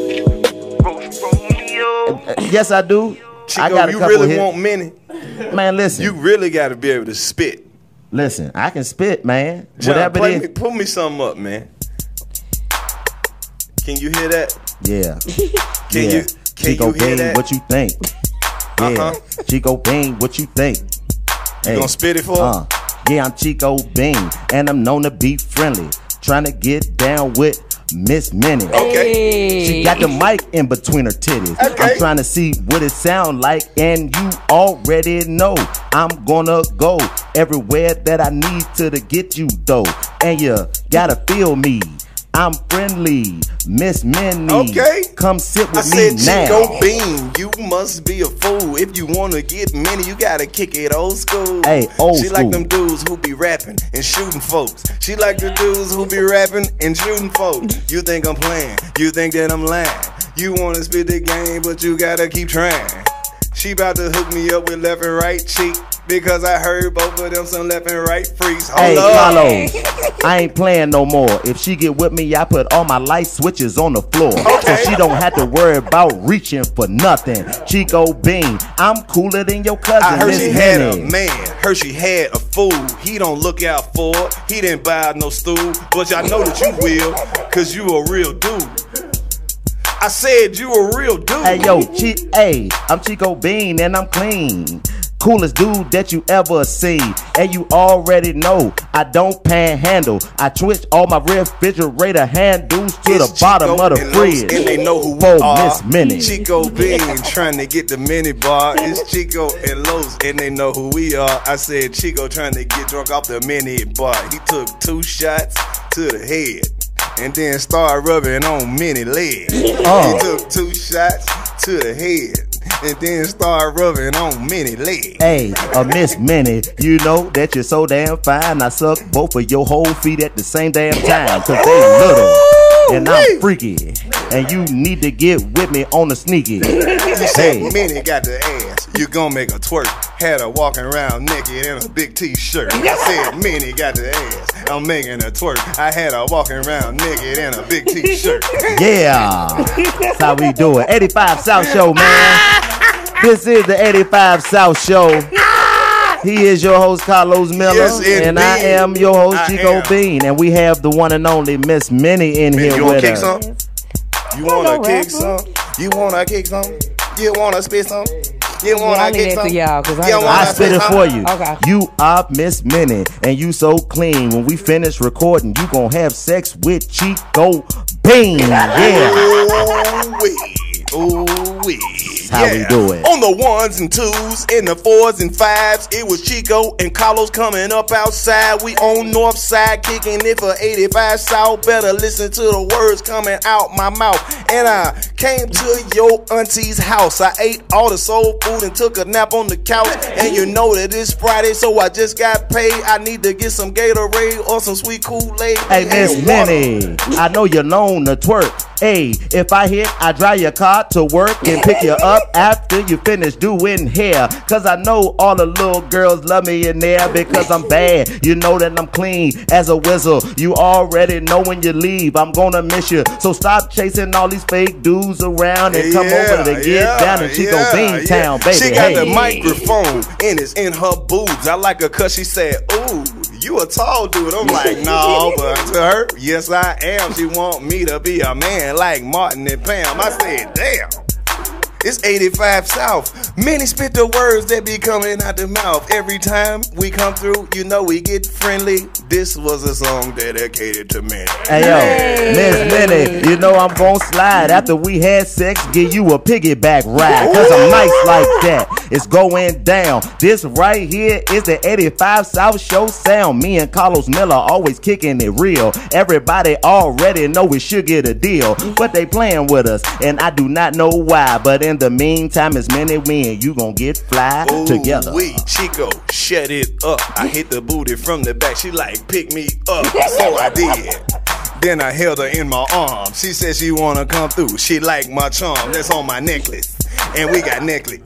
[SPEAKER 20] with y'all? Roach Romeo.
[SPEAKER 7] Yes, I do. I
[SPEAKER 5] Chico,
[SPEAKER 7] got a
[SPEAKER 5] you
[SPEAKER 7] couple
[SPEAKER 5] really
[SPEAKER 7] hits.
[SPEAKER 5] want many.
[SPEAKER 7] Man, listen.
[SPEAKER 5] You really got to be able to spit.
[SPEAKER 7] Listen, I can spit, man.
[SPEAKER 5] John,
[SPEAKER 7] Whatever
[SPEAKER 5] play
[SPEAKER 7] it
[SPEAKER 5] me,
[SPEAKER 7] is.
[SPEAKER 5] pull me something up, man. Can you hear that?
[SPEAKER 7] Yeah.
[SPEAKER 5] Can
[SPEAKER 7] yeah.
[SPEAKER 5] you- can
[SPEAKER 7] Chico
[SPEAKER 5] you hear
[SPEAKER 7] Bean,
[SPEAKER 5] that?
[SPEAKER 7] what you think? Yeah.
[SPEAKER 19] Uh-huh.
[SPEAKER 7] Chico Bean, what you think?
[SPEAKER 5] You gonna spit it for
[SPEAKER 7] Uh, yeah, I'm Chico Bean, and I'm known to be friendly. Trying to get down with Miss Minnie.
[SPEAKER 5] Okay.
[SPEAKER 7] She got the mic in between her titties. I'm trying to see what it sound like, and you already know I'm gonna go everywhere that I need to to get you though. And you gotta feel me. I'm friendly, Miss Minnie.
[SPEAKER 5] Okay.
[SPEAKER 7] come sit with
[SPEAKER 5] I
[SPEAKER 7] me
[SPEAKER 5] said,
[SPEAKER 7] now.
[SPEAKER 5] Chico Bean, you must be a fool. If you wanna get many, you gotta kick it old school.
[SPEAKER 7] Hey, old
[SPEAKER 5] She like
[SPEAKER 7] school.
[SPEAKER 5] them dudes who be rapping and shooting folks. She like the dudes who be rapping and shooting folks. You think I'm playing? You think that I'm lying? You wanna spit the game, but you gotta keep trying. She about to hook me up with left and right cheek because I heard both of them some left and right freaks. Hold
[SPEAKER 7] Hey,
[SPEAKER 5] up.
[SPEAKER 7] Carlos, I ain't playing no more. If she get with me, I put all my light switches on the floor. So she don't have to worry about reaching for nothing. Chico Bean, I'm cooler than your cousin.
[SPEAKER 5] I heard
[SPEAKER 7] Miss
[SPEAKER 5] she had a
[SPEAKER 7] Minnie.
[SPEAKER 5] man. Heard she had a fool. He don't look out for. it. He didn't buy no stool. But y'all know that you will, cause you a real dude. I said you a real dude.
[SPEAKER 7] Hey yo, Chi hey, I'm Chico Bean and I'm clean. Coolest dude that you ever see. And you already know I don't panhandle. I twitch all my refrigerator handles to the bottom of the
[SPEAKER 5] and Los-
[SPEAKER 7] fridge.
[SPEAKER 5] And they know who
[SPEAKER 7] For
[SPEAKER 5] we are.
[SPEAKER 7] Miss Minnie.
[SPEAKER 5] Chico Bean trying to get the mini bar. It's Chico and Los, and they know who we are. I said Chico trying to get drunk off the mini bar. He took two shots to the head. And then started rubbing on mini legs.
[SPEAKER 7] Oh.
[SPEAKER 5] He took two shots to the head. And then started rubbing on mini legs.
[SPEAKER 7] Hey, a Miss Minnie, you know that you're so damn fine. I suck both of your whole feet at the same damn time. Cause they little. And I'm freaky. And you need to get with me on the sneaky.
[SPEAKER 5] You said
[SPEAKER 7] Hey,
[SPEAKER 5] Minnie got the ass. You gon' make a twerk. Had her walking around naked in a big t-shirt. I said Minnie got the ass. I'm making a twerk. I had her walking around naked in a big t-shirt.
[SPEAKER 7] yeah. That's how we do it. 85 South Show, man. This is the 85 South Show. He is your host, Carlos Miller.
[SPEAKER 5] Yes,
[SPEAKER 7] and I
[SPEAKER 5] indeed.
[SPEAKER 7] am your host,
[SPEAKER 5] I
[SPEAKER 7] Chico
[SPEAKER 5] am.
[SPEAKER 7] Bean. And we have the one and only Miss Minnie in
[SPEAKER 5] Minnie,
[SPEAKER 7] here
[SPEAKER 5] you wanna
[SPEAKER 7] with
[SPEAKER 5] kick
[SPEAKER 7] us.
[SPEAKER 5] some? You wanna kick some? You wanna kick some? You wanna spit some? You
[SPEAKER 21] Yeah, I
[SPEAKER 5] wanna
[SPEAKER 21] leave
[SPEAKER 5] kick
[SPEAKER 21] that to
[SPEAKER 5] some?
[SPEAKER 21] y'all, 'cause I
[SPEAKER 5] You
[SPEAKER 21] ain't gonna-
[SPEAKER 5] wanna
[SPEAKER 7] I spit it
[SPEAKER 5] some?
[SPEAKER 7] for you. You are Miss Minnie, and you so clean. When we finish recording, you gonna have sex with Chico Bean. Yeah.
[SPEAKER 5] Ooh wee.
[SPEAKER 7] how we do it.
[SPEAKER 6] On the ones and twos, in the fours and fives, it was Chico and Carlos coming up outside. We on North Side, kicking it for 85 South. Better listen to the words coming out my mouth. And I came to your auntie's house. I ate all the soul food and took a nap on the couch. And you know that it's Friday, so I just got paid. I need to get some Gatorade or some sweet Kool Aid.
[SPEAKER 7] Hey, Miss Minnie, I know you're known to twerk. Hey, if I hit, I drive your car to work and pick you up after you finish doing hair. Cause I know all the little girls love me in there because I'm bad. You know that I'm clean as a whistle. You already know when you leave, I'm gonna miss you. So stop chasing all these fake dudes around and come over to get down and Chico
[SPEAKER 5] yeah,
[SPEAKER 7] Bean Town,
[SPEAKER 5] yeah.
[SPEAKER 7] baby.
[SPEAKER 5] She got
[SPEAKER 7] hey.
[SPEAKER 5] the microphone and it's in her boobs. I like her cause she said, Ooh, you a tall dude. I'm like, no, but to her, yes I am. She want me to be a man like Martin and Pam. I said, damn. It's 85 South. Many spit the words that be coming out the mouth. Every time we come through, you know we get friendly. This was a song dedicated to men.
[SPEAKER 7] Hey yo, Miss Minnie, you know I'm gon' slide. After we had sex, give you a piggyback ride. Cause I'm nice like that. It's going down. This right here is the 85 South Show sound. Me and Carlos Miller always kicking it real. Everybody already know we should get a deal. But they playing with us, and I do not know why. But in the meantime, it's Minnie we and you gon' get fly together.
[SPEAKER 5] We Chico, shut it up. I hit the booty from the back. She like, pick me up. So I did. Then I held her in my arms. She said she wanna come through. She like my charm. That's on my necklace. And we got necklace.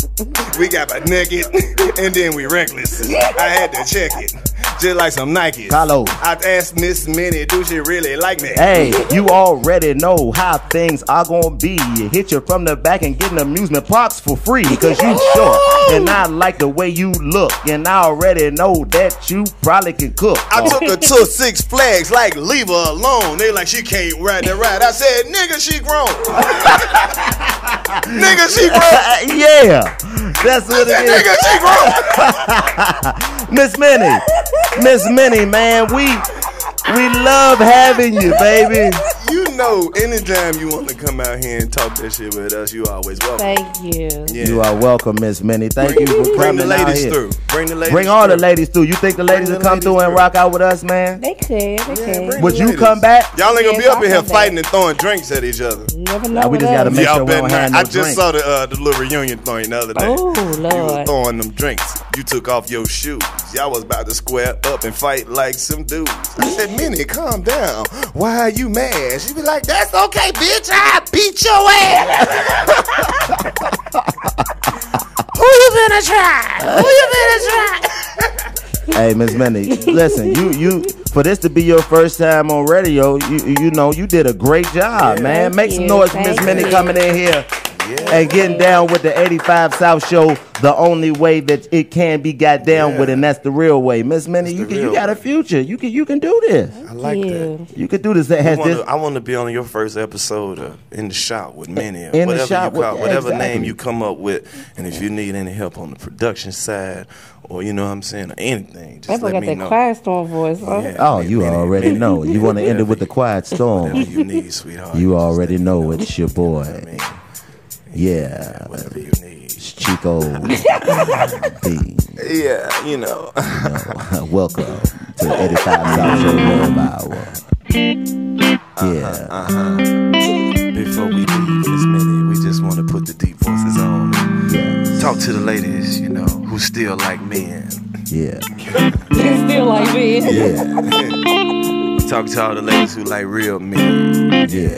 [SPEAKER 5] We got my naked. And then we reckless. I had to check it. Just like some Nikes.
[SPEAKER 7] Hello.
[SPEAKER 5] I asked Miss Minnie, do she really like me?
[SPEAKER 7] Hey, you already know how things are gonna be. Hit you from the back and get an amusement parks for free. Cause you short. And I like the way you look. And I already know that you probably can cook.
[SPEAKER 5] I took her to Six Flags, like leave her alone. They like she can't ride the ride. I said, nigga, she grown. nigga, she grown.
[SPEAKER 7] Uh, yeah. That's what it is.
[SPEAKER 5] Nigga, she grown.
[SPEAKER 7] Miss Minnie. Miss Minnie, man, we we love having you, baby.
[SPEAKER 5] You know, anytime you want to come out here and talk that shit with us, you always welcome.
[SPEAKER 8] Thank you.
[SPEAKER 7] You are welcome, Miss Minnie. Thank you for coming
[SPEAKER 5] Bring the
[SPEAKER 7] out
[SPEAKER 5] ladies
[SPEAKER 7] here.
[SPEAKER 5] through. Bring the ladies.
[SPEAKER 7] Bring all the ladies through. You think the ladies will come through and rock out with us, man?
[SPEAKER 8] They could. They could.
[SPEAKER 7] Would you come back?
[SPEAKER 5] Y'all ain't gonna be
[SPEAKER 8] Yes,
[SPEAKER 5] up in
[SPEAKER 8] I'll
[SPEAKER 5] here
[SPEAKER 8] come
[SPEAKER 5] fighting and throwing drinks at each other.
[SPEAKER 8] Never know.
[SPEAKER 7] Nah, we
[SPEAKER 8] with
[SPEAKER 7] just
[SPEAKER 8] us.
[SPEAKER 7] gotta make
[SPEAKER 5] Y'all
[SPEAKER 7] sure we
[SPEAKER 5] better
[SPEAKER 7] don't
[SPEAKER 5] not.
[SPEAKER 7] have no
[SPEAKER 5] I just
[SPEAKER 7] drink.
[SPEAKER 5] saw the uh, the little reunion thing the other day.
[SPEAKER 8] Oh,
[SPEAKER 5] You
[SPEAKER 8] Lord.
[SPEAKER 5] was throwing them drinks. You took off your shoes. Y'all was about to square up and fight like some dudes. I said, Minnie, calm down. Why are you mad? She be like, that's okay, bitch. I beat your ass.
[SPEAKER 19] Who you gonna try? Who you gonna try?
[SPEAKER 7] hey, Miss Minnie, listen, you you for this to be your first time on radio, you you know you did a great job, man.
[SPEAKER 19] Thank
[SPEAKER 7] Make some
[SPEAKER 19] you,
[SPEAKER 7] noise, for Miss
[SPEAKER 19] thank
[SPEAKER 7] Minnie
[SPEAKER 19] you.
[SPEAKER 7] coming in here and getting down with the 85 South Show, the only way that it can be got down with, and that's the real way. Miss Minnie, you can, you
[SPEAKER 5] real
[SPEAKER 7] got a future. You can you can do this. I
[SPEAKER 5] like
[SPEAKER 7] that. You can do this. That has
[SPEAKER 5] I wanna-
[SPEAKER 7] this.
[SPEAKER 5] I want to be on your first episode of In the Shop with Minnie. or
[SPEAKER 7] In the
[SPEAKER 5] whatever
[SPEAKER 7] Shop
[SPEAKER 5] you
[SPEAKER 7] with-
[SPEAKER 5] call, whatever
[SPEAKER 7] exactly.
[SPEAKER 5] name you come up with. And if you need any help on the production side, or you know what I'm saying, or anything,
[SPEAKER 8] That
[SPEAKER 5] just
[SPEAKER 8] boy
[SPEAKER 5] let
[SPEAKER 8] got
[SPEAKER 5] me
[SPEAKER 8] that
[SPEAKER 5] know.
[SPEAKER 8] quiet storm voice. huh?
[SPEAKER 7] Oh, you already know. You want to end it with the quiet storm.
[SPEAKER 5] you need, sweetheart.
[SPEAKER 7] You already know it's your boy. Yeah. Whatever
[SPEAKER 5] you need.
[SPEAKER 7] Chico. D.
[SPEAKER 5] Yeah, you know.
[SPEAKER 7] Welcome to the 85 South Show Love Hour. Yeah.
[SPEAKER 5] Before we leave this minute, we just want to put the deep voices on. Talk to the ladies, you know, who still like men.
[SPEAKER 7] Yeah.
[SPEAKER 8] It's still like me.
[SPEAKER 5] Talk to all the ladies who like real men.
[SPEAKER 7] Yeah.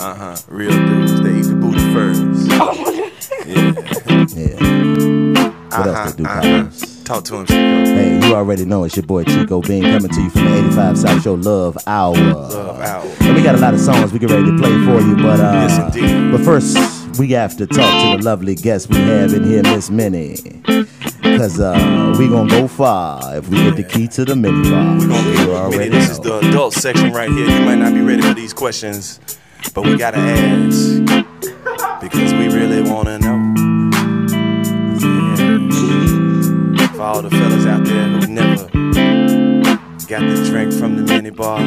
[SPEAKER 5] Uh huh. Real dudes. They eat the booty first.
[SPEAKER 7] Yeah. What else they do,
[SPEAKER 5] Uh-huh,
[SPEAKER 7] Carlos?
[SPEAKER 5] Talk to him, Chico.
[SPEAKER 7] Hey, you already know it's your boy Chico Bean coming to you from the 85 South Show Love Hour.
[SPEAKER 5] Love Hour.
[SPEAKER 7] And we got a lot of songs we get ready to play for you, but uh,
[SPEAKER 5] Yes, indeed.
[SPEAKER 7] but first we have to talk to the lovely guest we have in here, Miss Minnie. Cause uh, we gonna go far if we get the key to the minibar. We
[SPEAKER 5] gonna get Minnie, this is the adult section right here. You might not be ready for these questions, but we gotta ask because we really wanna know. Yeah. For all the fellas out there who never got the drink from the mini bar,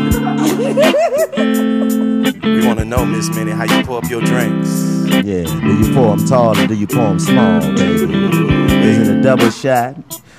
[SPEAKER 5] we wanna know, Miss Minnie, how you pour up your drinks.
[SPEAKER 7] Yeah, do you pour 'em tall or do you pour 'em small, baby? Is it a double shot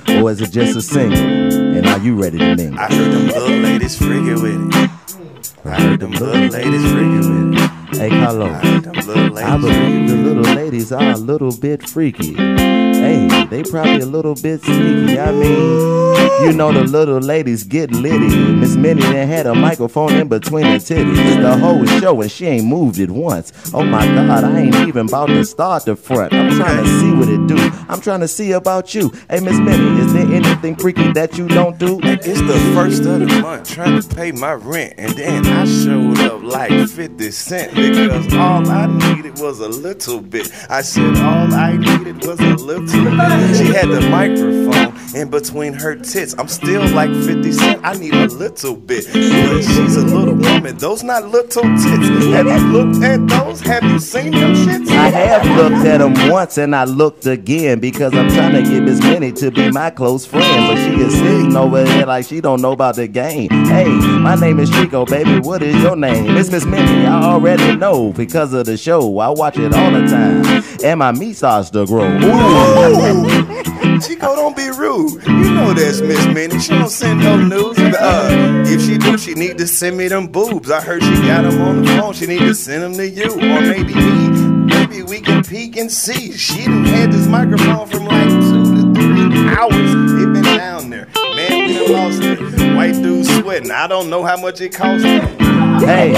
[SPEAKER 7] or is it just a single? And are you ready to mingle?
[SPEAKER 5] I heard them little ladies freaking with it. I heard them little ladies freaking with it.
[SPEAKER 7] Hey, Carlo.
[SPEAKER 5] I heard them little ladies.
[SPEAKER 7] I believe the little ladies are a little bit freaky. Hey, they probably a little bit sneaky. I mean, you know the little ladies get litty. Miss Minnie done had a microphone in between her titties. The whole show and she ain't moved it once. Oh my God, I ain't even about to start the front. I'm trying to see what it do. I'm trying to see about you. Hey, Miss Minnie, is there anything freaky that you don't do?
[SPEAKER 5] It's the first of the month trying to pay my rent, and then I showed up like 50 cent because all I needed was a little bit. I said all I needed was a little bit. She had the microphone in between her tits. I'm still like 50 cent. I need a little bit. But she's a little woman. Those not little tits. Have you looked at those? Have you seen them shits?
[SPEAKER 7] I have looked at him once and I looked again because I'm trying to get Miss Minnie to be my close friend. But she is sitting over there like she don't know about the game. Hey, my name is Chico, baby. What is your name? It's Miss Minnie. I already know because of the show. I watch it all the time. And my meat starts to grow. Ooh.
[SPEAKER 5] Chico, don't be rude. You know that's Miss Minnie. She don't send no news. Uh, if she do, she need to send me them boobs. I heard she got them on the phone. She need to send them to you, or maybe me. Maybe we can peek and see. She done had this microphone from like two to three hours. It been down there. Man, we done lost it. White dude sweating. I don't know how much it cost me.
[SPEAKER 7] Hey.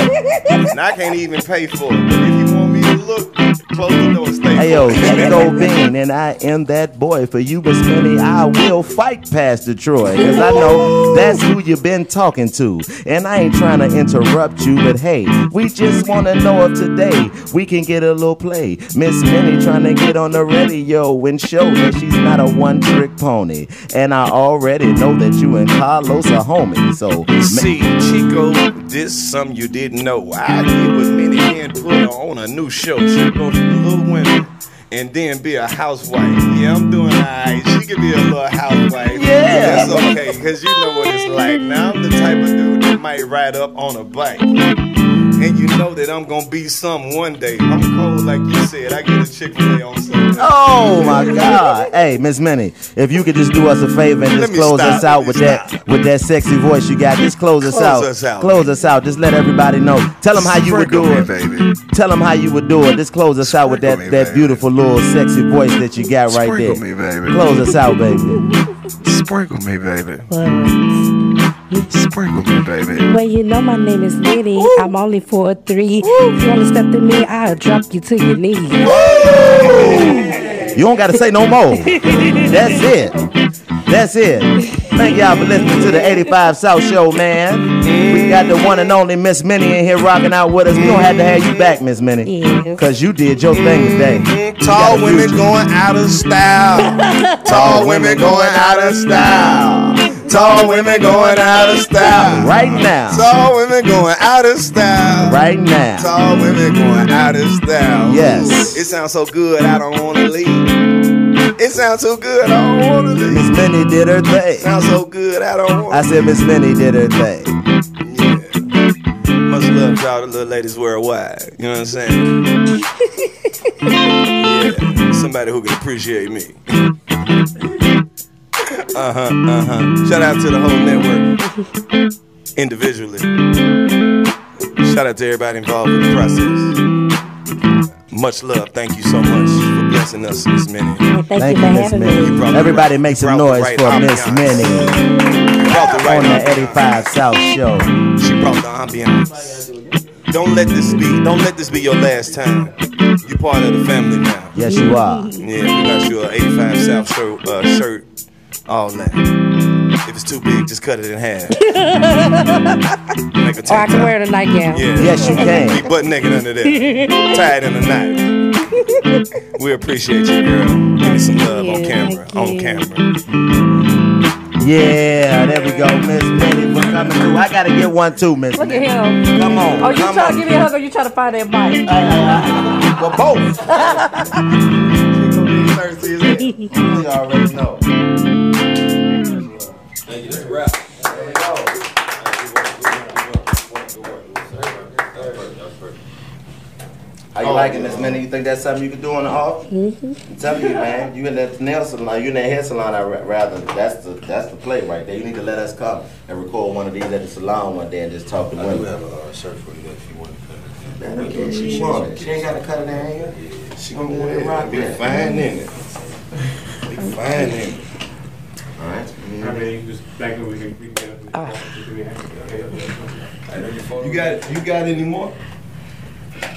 [SPEAKER 5] And I can't even pay for it. But if you want me to look, close the door and stay.
[SPEAKER 7] Hey yo, Chico Bean, and I am that boy. For you, Miss Minnie, I will fight past Detroit. Cause I know that's who you been talking to. And I ain't trying to interrupt you, but hey, we just wanna know if today we can get a little play. Miss Minnie trying to get on the radio and show that she's not a one trick pony. And I already know that you and Carlos are homies. So
[SPEAKER 5] See, Chico, this some you didn't know. I get with Minnie and put her on a new show. She goes to Little Women and then be a housewife. Yeah, I'm doing alright. She could be a little housewife.
[SPEAKER 7] Yeah.
[SPEAKER 5] That's okay, because you know what it's like. Now, I'm the type of dude that might ride up on a bike. And you know that I'm gonna be some one day. I'm cold, like you said. I get a Chick fil A on Sunday.
[SPEAKER 7] Oh my God! Hey, Miss Minnie, if you could just do us a favor and
[SPEAKER 5] Let
[SPEAKER 7] just
[SPEAKER 5] me
[SPEAKER 7] close
[SPEAKER 5] stop.
[SPEAKER 7] us out with that with that sexy voice you got, just close us
[SPEAKER 5] Close
[SPEAKER 7] out.
[SPEAKER 5] us out.
[SPEAKER 7] Close us out. Just let everybody know. Tell them how you would do it. Tell them how you would do it. Just close us out with that that beautiful little sexy voice that you got right
[SPEAKER 6] Sprinkle me,
[SPEAKER 7] there.
[SPEAKER 6] baby.
[SPEAKER 7] Close us out, baby.
[SPEAKER 6] Sprinkle me, baby. Sprinkle me, baby.
[SPEAKER 8] Well, you know my name is Liddy. I'm only four or three. If you only step to me, I'll drop you to your knees.
[SPEAKER 7] You don't got to say no more. That's it. That's it. Thank y'all for listening to the 85 South Show, man. We got the one and only Miss Minnie in here rocking out with us. We don't have to have you back, Miss Minnie. Because you did your thing today.
[SPEAKER 5] Tall women going out of style. Tall women going out of style. Tall women going out of style.
[SPEAKER 7] Right now.
[SPEAKER 5] Tall women going out of style.
[SPEAKER 7] Right now.
[SPEAKER 5] Tall women going out of style.
[SPEAKER 7] Yes.
[SPEAKER 5] Ooh, it sounds so good, I don't want to leave. It sounds too good, I don't want to leave.
[SPEAKER 7] Miss Minnie did her thing.
[SPEAKER 5] Sounds so good, I don't want
[SPEAKER 7] I said Miss Minnie did her thing.
[SPEAKER 5] to. Much love to all the little ladies worldwide. You know what I'm saying? yeah. Somebody who can appreciate me. Uh huh, uh huh. Shout out to the whole network individually. Shout out to everybody involved in the process. Much love. Thank you so much for blessing us, Miss Minnie.
[SPEAKER 7] Thank you, Miss
[SPEAKER 5] You
[SPEAKER 7] Minnie.
[SPEAKER 5] brought the
[SPEAKER 7] Everybody
[SPEAKER 5] right-
[SPEAKER 7] make some
[SPEAKER 5] brought the
[SPEAKER 7] noise
[SPEAKER 5] right
[SPEAKER 7] for Miss
[SPEAKER 5] ambiance.
[SPEAKER 7] Minnie
[SPEAKER 5] brought the right
[SPEAKER 7] on the 85 South Show.
[SPEAKER 5] She brought the ambiance. Don't let this be. Don't let this be your last time. You part of the family now.
[SPEAKER 7] Yes, you are.
[SPEAKER 5] Yeah, we got you a 85 South shirt, uh, shirt, all that. If it's too big, just cut it in half. Make a
[SPEAKER 8] Or Oh, I can wear it a nightgown.
[SPEAKER 5] Yeah. Be butt naked under there. Tied in a knot. We appreciate you, girl. Give me some love on camera. On camera.
[SPEAKER 7] Yeah, there we go, Miss Minnie for coming through. I gotta get one too, Miss
[SPEAKER 22] Look
[SPEAKER 7] Minnie.
[SPEAKER 22] at him.
[SPEAKER 7] Come on.
[SPEAKER 22] Oh, you
[SPEAKER 7] come
[SPEAKER 22] trying
[SPEAKER 7] on. Uh,
[SPEAKER 22] to give me a hug or you trying to find that mic?
[SPEAKER 7] Well, both.
[SPEAKER 22] you
[SPEAKER 7] already know.
[SPEAKER 23] Thank you. That's a wrap. There we go.
[SPEAKER 7] How you
[SPEAKER 23] Oh.
[SPEAKER 7] like it, Miss Minnie? You think that's something you could do on the off? I'm telling you, man. You in that nail salon, you in that hair salon. I ra- rather that's the that's the play right there. You need to let us come and record one of these at the salon one day and just talk to
[SPEAKER 23] I
[SPEAKER 7] women.
[SPEAKER 23] do have a uh, shirt for you if you want to cut it.
[SPEAKER 7] Man, look at she want it. She ain't got to cut it down here.
[SPEAKER 23] She
[SPEAKER 7] gonna wear it right there.
[SPEAKER 23] fine in it.
[SPEAKER 5] Find him.
[SPEAKER 19] All right.
[SPEAKER 24] I mean, just back over here. We can get
[SPEAKER 12] Ah.
[SPEAKER 24] up.
[SPEAKER 5] You got you got any more?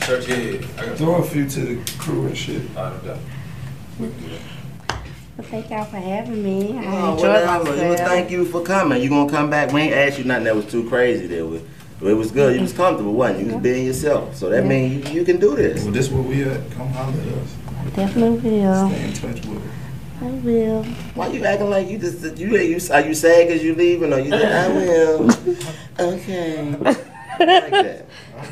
[SPEAKER 19] Church, yeah.
[SPEAKER 5] Throw a few to the crew and shit.
[SPEAKER 8] Well, thank y'all for
[SPEAKER 22] Mm,
[SPEAKER 8] having me. I
[SPEAKER 19] Oh,
[SPEAKER 8] enjoyed
[SPEAKER 19] whatever.
[SPEAKER 8] myself.
[SPEAKER 19] It was-
[SPEAKER 7] Thank you for coming. You gonna come back? We ain't asked you nothing that was too crazy. That was, it was good. You was comfortable, wasn't you? You was being yourself. So that
[SPEAKER 8] Yeah.
[SPEAKER 7] means you, you can do this.
[SPEAKER 10] Well, this where we at. Come holler at us.
[SPEAKER 8] Definitely will.
[SPEAKER 10] Stay in touch with us.
[SPEAKER 8] I will.
[SPEAKER 7] Why you acting like you just you you are you sad because you leaving or you think I will? Okay. like that.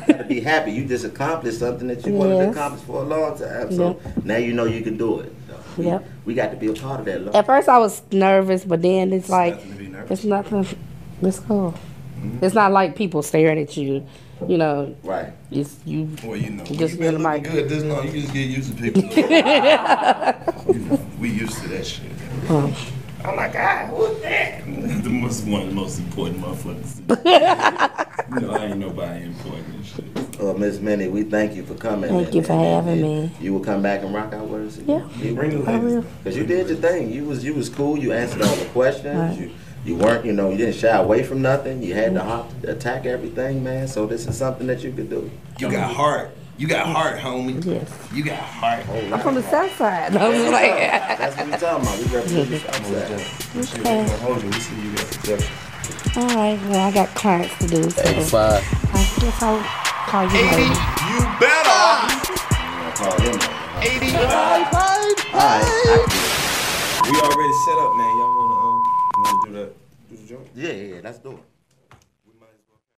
[SPEAKER 7] You gotta be happy. You just accomplished something that you wanted to
[SPEAKER 8] Yes.
[SPEAKER 7] accomplish for a long time. So now you know you can do it. So we,
[SPEAKER 8] Yep.
[SPEAKER 7] we got to be a part of that. Lord.
[SPEAKER 8] At first, I was nervous, but then it's like it's nothing. It's cool.
[SPEAKER 10] Mm-hmm.
[SPEAKER 8] It's not like people staring at you. You know.
[SPEAKER 7] Right.
[SPEAKER 8] It's you.
[SPEAKER 10] Well, you know,
[SPEAKER 8] Just in the mic.
[SPEAKER 10] good this long. You just get used to people. we used to that shit.
[SPEAKER 5] Oh my
[SPEAKER 24] Ah,
[SPEAKER 5] God, who's that? the most one of the most important motherfuckers. no, I ain't nobody important. and shit.
[SPEAKER 7] Uh, Miss Minnie, we thank you for coming.
[SPEAKER 8] Thank
[SPEAKER 7] and-
[SPEAKER 8] you for
[SPEAKER 7] and-
[SPEAKER 8] having
[SPEAKER 7] and
[SPEAKER 8] me.
[SPEAKER 7] You will come back and rock out with us.
[SPEAKER 8] Yeah,
[SPEAKER 7] You bring
[SPEAKER 8] I will.
[SPEAKER 7] Cause you did your thing. You was you was cool. You answered all the questions.
[SPEAKER 8] Right.
[SPEAKER 7] You you weren't you know you didn't shy away from nothing. You had to hop, attack everything, man. So this is something that you could do.
[SPEAKER 10] You got heart. You got heart, homie. Yes. You got heart.
[SPEAKER 8] I'm from the south side. I was like,
[SPEAKER 7] That's what we talking about. We represent the Southside.
[SPEAKER 8] Okay.
[SPEAKER 7] Hold you. We see you got
[SPEAKER 8] all right, well, I got clients to do. So I guess I'll call you later.
[SPEAKER 7] You better. Call him.
[SPEAKER 12] We already set up, man. Y'all wanna, um, wanna do that? Do the joint?
[SPEAKER 7] Yeah, yeah, yeah. Let's do it.